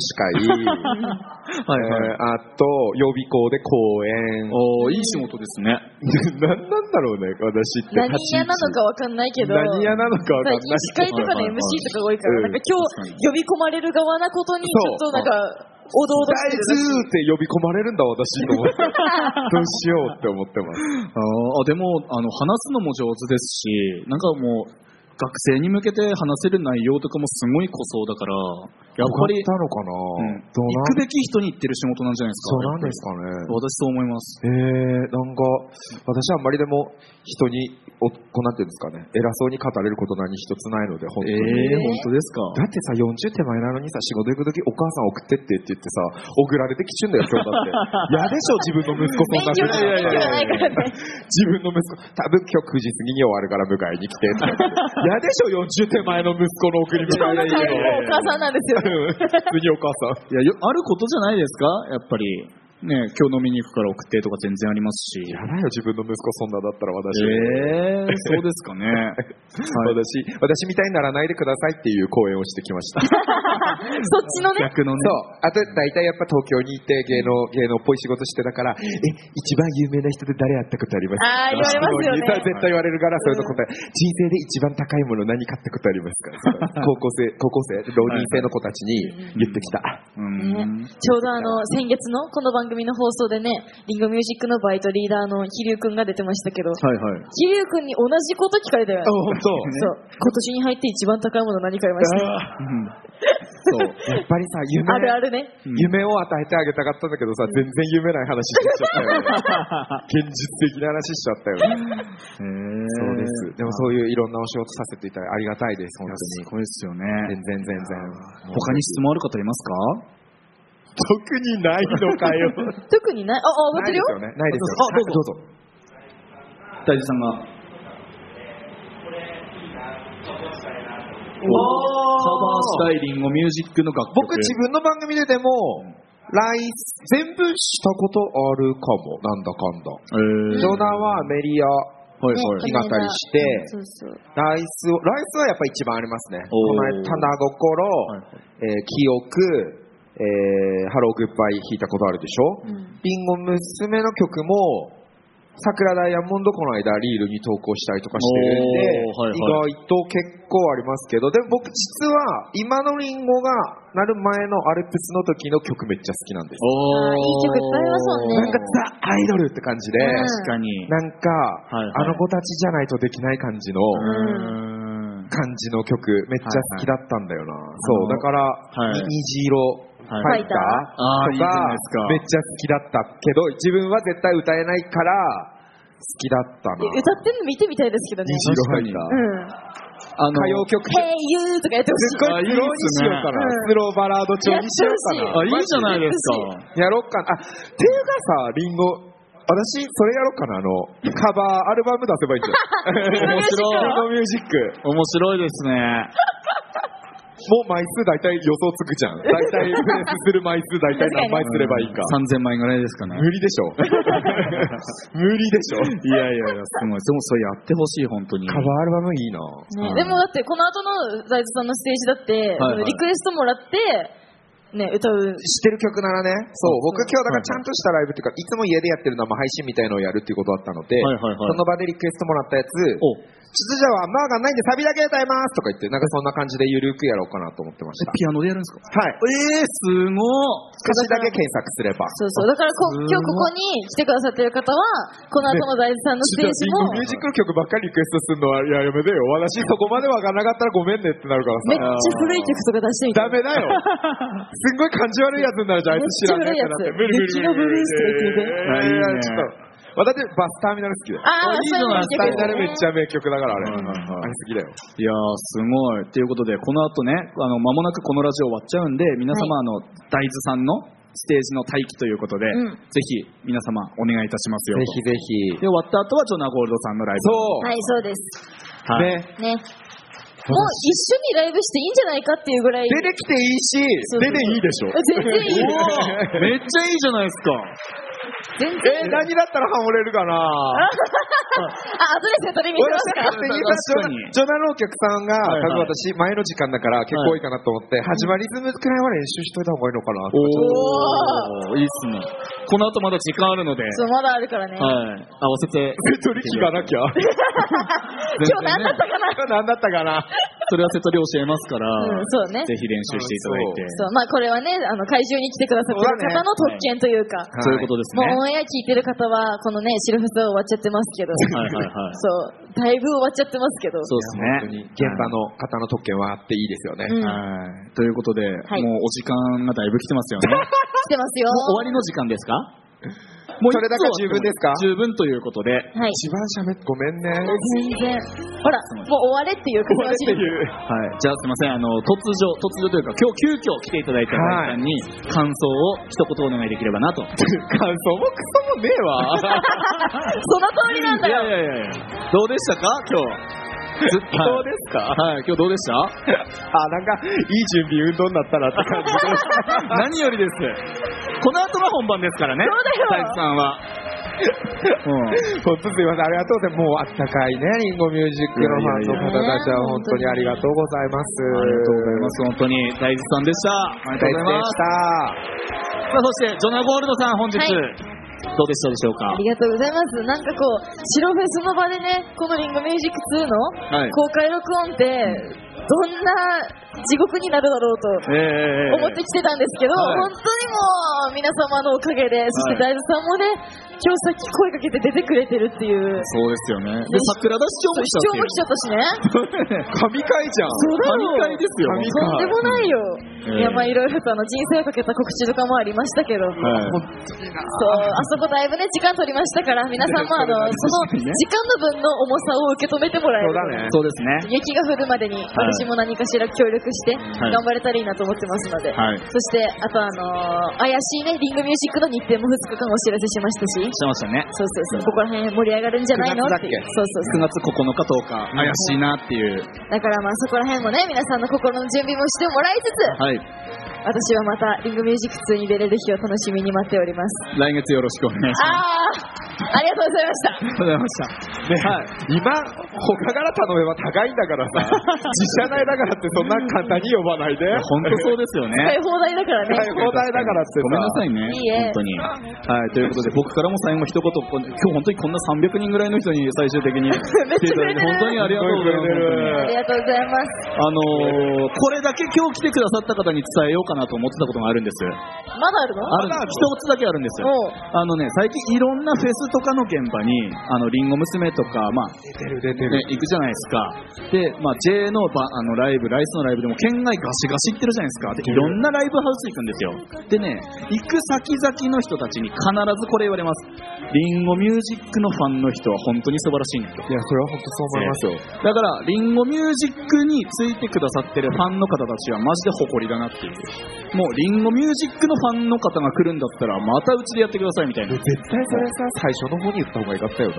[SPEAKER 4] 司会、
[SPEAKER 1] はいはい。
[SPEAKER 4] えーあと、予備校で公演。
[SPEAKER 1] おーいい仕事ですね。
[SPEAKER 4] 何なんだろうね、私って。
[SPEAKER 2] 何嫌なのかわかんないけど、
[SPEAKER 4] 何嫌なのかわか
[SPEAKER 2] 最
[SPEAKER 4] んない
[SPEAKER 2] 近司会とかの MC とかが多いか
[SPEAKER 4] うん
[SPEAKER 2] ら、なんか今日呼び込まれる側なことに、ちょっとなんか、おどおど
[SPEAKER 4] 大
[SPEAKER 2] してるらしい
[SPEAKER 4] 豆って呼び込まれるんだ、私と思 って。どうしようって思ってます。
[SPEAKER 1] あーでも、あの、話すのも上手ですし、なんかもう、学生に向けて話せる内容とかもすごい濃そうだから、やっぱり、
[SPEAKER 4] よかったの
[SPEAKER 1] う
[SPEAKER 4] かな、
[SPEAKER 1] ん
[SPEAKER 4] どう
[SPEAKER 1] 行
[SPEAKER 4] なん
[SPEAKER 1] くべき人に行ってる仕事なんじゃないですか
[SPEAKER 4] そう。なんですかね。
[SPEAKER 1] 私そう思います。
[SPEAKER 4] えー、なんか、私はあんまりでも人に、おこうなんていうんですかね、偉そうに語れること何一つないので、本
[SPEAKER 1] え
[SPEAKER 4] 当に。
[SPEAKER 1] ー、本当です
[SPEAKER 4] だってさ、40手前なのにさ、仕事行くときお母さん送ってってって言ってさ、送られてきちゅんだよ、今日だって。嫌でしょ、自分の息子そん
[SPEAKER 2] 勉
[SPEAKER 4] な
[SPEAKER 2] 強が勉強がないからね。
[SPEAKER 4] 自分の息子、多分今日9時過ぎに終わるから迎えに来てって言って。嫌でしょ、40手前の息子の送り
[SPEAKER 2] 今
[SPEAKER 4] 迎
[SPEAKER 2] 日の
[SPEAKER 4] え
[SPEAKER 2] 帰りもお母さんなんですよね。
[SPEAKER 4] 普通にお母さん。
[SPEAKER 1] か。いや、よあることじゃないですかやっぱり。ね、今日飲みに行くから送ってとか全然ありますし。
[SPEAKER 4] やばいよ、自分の息子そんなだったら私。
[SPEAKER 1] えー、そうですかね。はい
[SPEAKER 4] 私私みたいにならないでくださいっていう講演をしてきました。
[SPEAKER 2] そっちのね、
[SPEAKER 1] 逆のね。
[SPEAKER 4] そう。あと、大体やっぱ東京にいて芸能、芸能っぽい仕事してたから、え、一番有名な人で誰会ったことあります
[SPEAKER 2] あー
[SPEAKER 4] か
[SPEAKER 2] 言われますよね
[SPEAKER 4] 質問に絶対言われるから、それの答え、人生で一番高いもの何買ったことありますか高校生、高校生、浪人生の子たちに言ってきた。
[SPEAKER 1] うん
[SPEAKER 2] ね、ちょうどあの先月のこの番組の放送でねリンゴミュージックのバイトリーダーの飛龍くんが出てましたけど
[SPEAKER 1] はいはい。
[SPEAKER 2] 飛龍くんに同じこと聞かれたよね
[SPEAKER 4] あ、本当。
[SPEAKER 2] そう今年に入って一番高いもの何買いました
[SPEAKER 1] うん
[SPEAKER 4] そう。やっぱりさ、夢。
[SPEAKER 2] あるあるね
[SPEAKER 1] うん
[SPEAKER 4] 夢を与えてあげたかったんだけどさ、全然夢ない話しちゃったよね。 現実的な話しちゃったよね。そうです。でもそういういろんなお仕事させていただいてありがたいです、
[SPEAKER 1] い
[SPEAKER 4] 本
[SPEAKER 1] やす
[SPEAKER 4] 当
[SPEAKER 1] ごいですよね。
[SPEAKER 4] に。全然全
[SPEAKER 1] 他
[SPEAKER 4] 然。
[SPEAKER 1] に質問ある方いますか
[SPEAKER 4] 特にないのかよ。
[SPEAKER 2] 特にないああ終わっ
[SPEAKER 4] な
[SPEAKER 2] てる
[SPEAKER 4] いで
[SPEAKER 2] よ
[SPEAKER 4] すよね。ないですよ。
[SPEAKER 1] あどうぞ
[SPEAKER 4] はいど
[SPEAKER 1] 大
[SPEAKER 4] うぞ。
[SPEAKER 1] 地さんが。カバーしたいリンゴミュージックの楽曲。
[SPEAKER 4] 僕自分の番組ででも、来、全部したことあるかも。なんだかんだ。
[SPEAKER 1] えー
[SPEAKER 4] ジョナはメリア、
[SPEAKER 1] はい
[SPEAKER 2] ね
[SPEAKER 1] はい。
[SPEAKER 4] き語りして、
[SPEAKER 2] そうそう
[SPEAKER 4] ライスを、ライスはやっぱ一番ありますね。
[SPEAKER 1] おー
[SPEAKER 4] この間、棚心、
[SPEAKER 1] はい
[SPEAKER 4] えー記憶、えーハローグッバイ弾いたことあるでしょ、
[SPEAKER 2] うん
[SPEAKER 4] リンゴ娘の曲も、桜ダイヤモンドこの間リールに投稿したりとかしてるん
[SPEAKER 1] おーは
[SPEAKER 4] で、意外と結構ありますけど、でも僕実は今のリンゴがなる前のアルプスの時の曲めっちゃ好きなんで
[SPEAKER 1] お
[SPEAKER 4] す。
[SPEAKER 1] ー
[SPEAKER 2] あーいい曲いっぱいありますもんね
[SPEAKER 4] なんかザ・アイドルって感じで、
[SPEAKER 2] うん
[SPEAKER 1] 確かに。
[SPEAKER 4] なんか、
[SPEAKER 1] いはい
[SPEAKER 4] あの子たちじゃないとできない感じの、
[SPEAKER 1] うん
[SPEAKER 4] 感じの曲めっちゃ好きだったんだよな、そう
[SPEAKER 1] あの
[SPEAKER 4] だから、
[SPEAKER 1] い
[SPEAKER 4] に虹色ファイター
[SPEAKER 1] あーいいじ
[SPEAKER 4] と
[SPEAKER 1] ゃな
[SPEAKER 4] か
[SPEAKER 1] いですか
[SPEAKER 4] めっちゃ好きだったけど自分は絶対歌えないから好きだったな
[SPEAKER 2] で歌ってるの見てみたいですけどね
[SPEAKER 4] 虹色ファイタ
[SPEAKER 1] あの
[SPEAKER 2] うん
[SPEAKER 4] ー歌謡
[SPEAKER 2] 「
[SPEAKER 4] 曲
[SPEAKER 2] Hey You」とかや ってほしい
[SPEAKER 4] すっごいスローにしようかな、
[SPEAKER 2] うん
[SPEAKER 4] スローバラード調にしよう
[SPEAKER 2] やって
[SPEAKER 4] か
[SPEAKER 2] ほ
[SPEAKER 4] な
[SPEAKER 1] あ、いいじゃないです
[SPEAKER 2] マ
[SPEAKER 1] か。
[SPEAKER 4] やろうかなあっていうかさリンゴ私それやろうかなあのカバーアルバム出せばいいん じゃ
[SPEAKER 2] 面
[SPEAKER 4] ない
[SPEAKER 2] 白い
[SPEAKER 4] リンゴミュージック
[SPEAKER 1] 面白いですね。
[SPEAKER 4] もう枚数大体予想つくじゃ ん。大体プレスする枚数大体何枚すればいいか。
[SPEAKER 1] 3000枚ぐらいですかね。
[SPEAKER 4] 無理でし ょ無理でしょ
[SPEAKER 1] いやいやいや、すごい。でもそれやってほしい、本当に。
[SPEAKER 4] カバーアルバムいいな
[SPEAKER 2] ね
[SPEAKER 1] うん
[SPEAKER 2] でもだってこの後の財津さんのステージだって、
[SPEAKER 1] はいはい
[SPEAKER 2] リクエストもらって、ね、歌う
[SPEAKER 4] 知ってる曲ならね、そう、僕今日だからちゃんとしたライブっていうか、いつも家でやってる生配信みたいのをやるっていうことだったので、
[SPEAKER 1] はいはいはい
[SPEAKER 4] その場でリクエストもらったやつ、ちょ
[SPEAKER 1] お、
[SPEAKER 4] っとじゃあマーがないんでサビだけ歌いますとか言って、なんかそんな感じでゆるくやろうかなと思ってました。
[SPEAKER 1] ピアノでやるんですか
[SPEAKER 4] はい。
[SPEAKER 1] ええすご
[SPEAKER 4] 歌詞だけ検索すれば。
[SPEAKER 2] そうそうだからこ
[SPEAKER 1] すごい
[SPEAKER 2] 今日ここに来てくださってる方はこの後の財津さんのス
[SPEAKER 4] ち
[SPEAKER 2] テージも
[SPEAKER 4] ょっとリンゴミュージックの曲ばっかりリクエストするのは、いや、やめてよ。私そこまでわからなかったらごめんねってなるか
[SPEAKER 2] めっ
[SPEAKER 4] らさ
[SPEAKER 2] ち。ゃ古い曲とか出してみて
[SPEAKER 4] ダメだよ。すんごい感じ悪いやつになるじゃん。あいつ知らないってなって。
[SPEAKER 2] めっちゃ古いやつ
[SPEAKER 1] 雪のブルースってやつで
[SPEAKER 4] ちょっと。私、バスターミナル好きだよ。
[SPEAKER 2] あ
[SPEAKER 1] いい
[SPEAKER 2] あそういうのいい
[SPEAKER 4] バスターミ
[SPEAKER 2] 曲
[SPEAKER 4] ナ
[SPEAKER 2] だ
[SPEAKER 4] ルめ
[SPEAKER 2] ね
[SPEAKER 4] っ
[SPEAKER 1] はいはい
[SPEAKER 4] ちゃ名曲だから、あれ。
[SPEAKER 1] はい
[SPEAKER 4] あれ好きだよ。
[SPEAKER 1] い。いやー、すごい。ということで、この後ね、あの、間もなくこのラジオ終わっちゃうんで、皆様、あの、大豆さんのステージの待機ということで、
[SPEAKER 2] う
[SPEAKER 1] ぜ
[SPEAKER 2] ん
[SPEAKER 1] ひ、皆様、お願いいたしますよ。
[SPEAKER 4] ぜひ
[SPEAKER 1] で、。終わった後は、ジョナ・ゴールドさんのライブ。
[SPEAKER 2] はい
[SPEAKER 4] そ
[SPEAKER 2] そうです
[SPEAKER 1] う。はい。
[SPEAKER 4] う。
[SPEAKER 2] ね
[SPEAKER 4] ね。
[SPEAKER 2] もう一緒にライブしていいんじゃないかっていうぐらい
[SPEAKER 4] 出てきていいし、
[SPEAKER 2] そうそ
[SPEAKER 4] 出
[SPEAKER 2] う
[SPEAKER 4] ていいでしょ。
[SPEAKER 2] 全然い
[SPEAKER 1] おーめっ
[SPEAKER 2] い
[SPEAKER 1] ちゃいいじゃないですか。
[SPEAKER 2] 全然いい
[SPEAKER 4] え、何だったらハモれるかな
[SPEAKER 2] あアドレスが取り見せ
[SPEAKER 4] 俺
[SPEAKER 2] ま
[SPEAKER 4] は
[SPEAKER 2] すか
[SPEAKER 4] 勝手に今
[SPEAKER 1] 確かに
[SPEAKER 4] ジョナのお客さんが、
[SPEAKER 1] はい
[SPEAKER 4] 多分私、前の時間だから結構多いかなと思って、始まりズムくらいは練習しといた方がいいのかなとかちょっと
[SPEAKER 1] おー、いいっすね。この後まだ時間あるので、
[SPEAKER 2] そうまだあるからね
[SPEAKER 1] はい。合わせて。
[SPEAKER 4] セトリ聞かな きゃ。
[SPEAKER 2] 今日何だったかな
[SPEAKER 4] 何だったかな
[SPEAKER 1] それは瀬戸り教えますから、
[SPEAKER 2] うんそうね
[SPEAKER 1] ぜひ練習していただいて。
[SPEAKER 2] そうまあこれはねあの会場に来てくださってる方の特権というか
[SPEAKER 4] う
[SPEAKER 1] そういうことですね。
[SPEAKER 2] もうオンエア聞いてる方は、このね、シルフスは終わっちゃってますけど、
[SPEAKER 1] はいはいはい。
[SPEAKER 2] そう、だいぶ終わっちゃってますけど、
[SPEAKER 1] そうですね。
[SPEAKER 4] 本当に現場の方の特権はあっていいですよね。
[SPEAKER 2] うん、来
[SPEAKER 1] はい。ということで、
[SPEAKER 2] い
[SPEAKER 1] もうお時間がだいぶ来てますよね。
[SPEAKER 2] てますよ。
[SPEAKER 1] もう終わりの時間です かも
[SPEAKER 4] それだけ十分ですか
[SPEAKER 1] 十分ということで。はい。
[SPEAKER 2] はい。
[SPEAKER 4] 一番喋ってごめんね。
[SPEAKER 2] 全然。ほら、もう終われっていう感
[SPEAKER 4] これって
[SPEAKER 2] じ。
[SPEAKER 4] いう。
[SPEAKER 1] じゃあすいません、あの、突如、突如というか、今日急遽来ていただいた皆さんに、感想を一言お願いできればな と。い
[SPEAKER 4] 感想もクソもねえわ。
[SPEAKER 2] その通りなんだ
[SPEAKER 1] や
[SPEAKER 2] よ。
[SPEAKER 1] いやいやいやどうでしたか今日。ず
[SPEAKER 4] どうですか
[SPEAKER 1] はい、はい今日どうでした
[SPEAKER 4] あ、なんか、いい準備運動になったなって感
[SPEAKER 1] 何
[SPEAKER 4] じで。
[SPEAKER 1] よりです。この後が本番ですからね
[SPEAKER 2] そうだ
[SPEAKER 1] 大
[SPEAKER 2] よ
[SPEAKER 1] 地さん は、うん
[SPEAKER 4] 本当すいません、ありがとうございます。もうあったかいね、リンゴミュージックのファンの方たちは本当にありがとうございます。
[SPEAKER 1] ありがとうございます本当に大地さんでしたありがとうございますさあそしてジョナ・ゴールドさん本日、
[SPEAKER 2] はい
[SPEAKER 1] どうでしたでしょうか
[SPEAKER 2] ありがとうございます。なんかこう、白フェスの場でね、このリンゴミュージック2の
[SPEAKER 1] はい
[SPEAKER 2] 公開録音って、どんな地獄になるだろうと
[SPEAKER 1] え
[SPEAKER 2] 思ってきてたんですけど、
[SPEAKER 1] はい
[SPEAKER 2] 本当にもう皆様のおかげで、そして
[SPEAKER 1] は
[SPEAKER 2] 大豆さんもね、今日さっき声かけて出てくれてるっていう、
[SPEAKER 1] そうですよね で桜田市長も
[SPEAKER 2] 主張も
[SPEAKER 1] 来
[SPEAKER 2] 来ちゃったしね。
[SPEAKER 1] たっていう
[SPEAKER 4] 神回じゃん。
[SPEAKER 2] そうだよ
[SPEAKER 1] 神回ですよ
[SPEAKER 4] 神
[SPEAKER 2] とんでもないよ。
[SPEAKER 1] うん
[SPEAKER 2] いや、まあいろいろとあの人生をかけた告知とかもありましたけ
[SPEAKER 1] は
[SPEAKER 2] ど、
[SPEAKER 1] い
[SPEAKER 2] そう、あそこだいぶね、時間取りましたから、皆さんもあ の、その時間の分の重さを受け止めてもらえ
[SPEAKER 4] そう
[SPEAKER 2] る。
[SPEAKER 4] だ
[SPEAKER 1] そうですね
[SPEAKER 4] ね。
[SPEAKER 2] 雪が降るまでに私も何かしら協力して
[SPEAKER 1] はい
[SPEAKER 2] 頑張れたらいいなと思ってますので、
[SPEAKER 1] はい
[SPEAKER 2] そしてあとあのー怪しいねリングミュージックの日程も2日間お知らせしました
[SPEAKER 1] してまし
[SPEAKER 2] し
[SPEAKER 1] たね
[SPEAKER 2] そうそうそうここら辺盛り上がるんじゃないの
[SPEAKER 4] 9
[SPEAKER 2] っ
[SPEAKER 4] 月だってけ
[SPEAKER 2] いうそ
[SPEAKER 1] 9
[SPEAKER 2] う
[SPEAKER 1] 月9日10日怪しいなっていう
[SPEAKER 2] そうだからまあそこら辺もね皆さんの心の準備もしてもらいつつ
[SPEAKER 1] はい
[SPEAKER 2] 私はまたリングミュージック2に出れる日を楽しみに待っております
[SPEAKER 1] 来月よろしくお願いします
[SPEAKER 2] あーありがとうございました
[SPEAKER 1] ありがとうございましたはい
[SPEAKER 4] 今、他から頼めば高いんだから さ、自社内だからってそんな簡単に呼ばないで。
[SPEAKER 1] 本当そうです よ
[SPEAKER 2] 使
[SPEAKER 1] ね
[SPEAKER 2] い放題だからね
[SPEAKER 4] 使い放題だからってさ
[SPEAKER 1] ごめんなさいね
[SPEAKER 2] いいえ
[SPEAKER 1] 本当にはいということで僕からも最後一言こん今日本当にこんな300人ぐらいの人に最終的に来ていただいて本当にありがとうございます
[SPEAKER 4] すごい増えてる
[SPEAKER 1] 本当に
[SPEAKER 2] ありがとうございます
[SPEAKER 1] あのーこれだけ今日来てくださった方に伝えようかなと思ってたことがあるんです
[SPEAKER 2] まだあるの
[SPEAKER 1] ある一つだけあるんですよ
[SPEAKER 2] おう
[SPEAKER 1] あのね最近いろんなフェスとかの現場にあのリンゴ娘とかまあ
[SPEAKER 4] 出てる出て
[SPEAKER 1] ね、行くじゃないですか。で、まあ、J のばあのライブ、ライスのライブでも県外ガシガシ行ってるじゃないですか。で、いろんなライブハウス行くんですよ。でね、行く先々の人たちに必ずこれ言われます。リンゴミュージックのファンの人は本当に素晴らしいねと。
[SPEAKER 4] いや、それは本当そう思いますよ。
[SPEAKER 1] だから、リンゴミュージックについてくださってるファンの方たちはマジで誇りだなっていう。もう、リンゴミュージックのファンの方が来るんだったら、またうちでやってくださいみた いな。
[SPEAKER 4] 絶対それさ、最初の方に言った方が良かったよ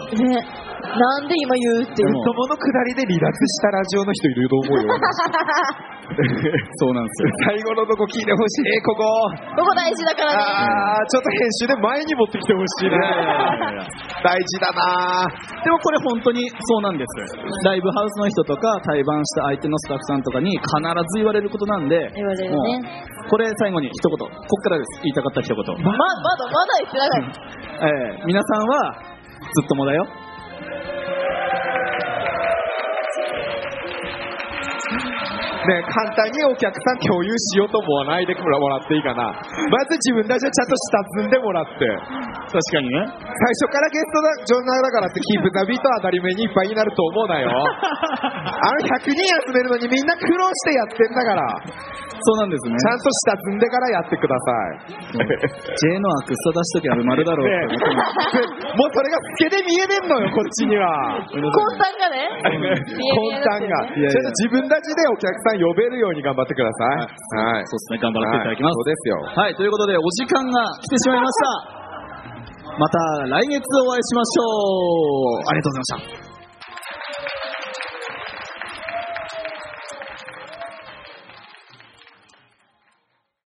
[SPEAKER 2] ね、な
[SPEAKER 4] な。
[SPEAKER 2] んで今言うってい
[SPEAKER 1] で
[SPEAKER 2] う
[SPEAKER 1] も
[SPEAKER 4] 友の下りで離脱したラジオの人いると思うよ。
[SPEAKER 1] そうなんですよ。
[SPEAKER 4] 最後のとこ聞いてほしい、ここ。
[SPEAKER 2] ここ大事だからね
[SPEAKER 4] あー、ちょっと編集で前に持ってきてほしい
[SPEAKER 1] いやいやいやいや。
[SPEAKER 4] ね大事だな
[SPEAKER 1] でもこれ本当にそうなんですライブハウスの人とか対バンした相手のスタッフさんとかに必ず言われることなんで
[SPEAKER 2] 言われるね
[SPEAKER 1] もうこれ最後に一言ここからです言いたかった一言、
[SPEAKER 2] ままだまだ言ってなかった
[SPEAKER 1] えー皆さんはずっともだよ
[SPEAKER 4] ね簡単にお客さん共有しようと思わないでもらっていいかな。まず自分たちはちゃんと下積んでもらって。
[SPEAKER 1] 確かにね
[SPEAKER 4] 最初からゲストだ、ジョンナーだからってキープザビート当たり目にいっぱいになると思うなよ。あの100人集めるのにみんな苦労してやってんだから。ち
[SPEAKER 1] そうなんですね
[SPEAKER 4] ゃんと下積んでからやってください。
[SPEAKER 1] J のはクソ出しときゃ埋まるだろうって思ってます
[SPEAKER 4] ねもうそれが透けで見えねえのよ、こっちには。
[SPEAKER 1] ごめんな
[SPEAKER 2] 魂
[SPEAKER 1] さ
[SPEAKER 2] 胆がね
[SPEAKER 4] コンタンが、
[SPEAKER 1] いやいや
[SPEAKER 4] ちょっと自分たちでお客さん呼べるように頑張ってください。はい
[SPEAKER 1] い。そうですね頑張らせていただきます、
[SPEAKER 4] はい
[SPEAKER 1] はい、
[SPEAKER 4] そうですよ。
[SPEAKER 1] ということでお時間が来てしまいました。また来月お会いしましょう。ありがとうございました。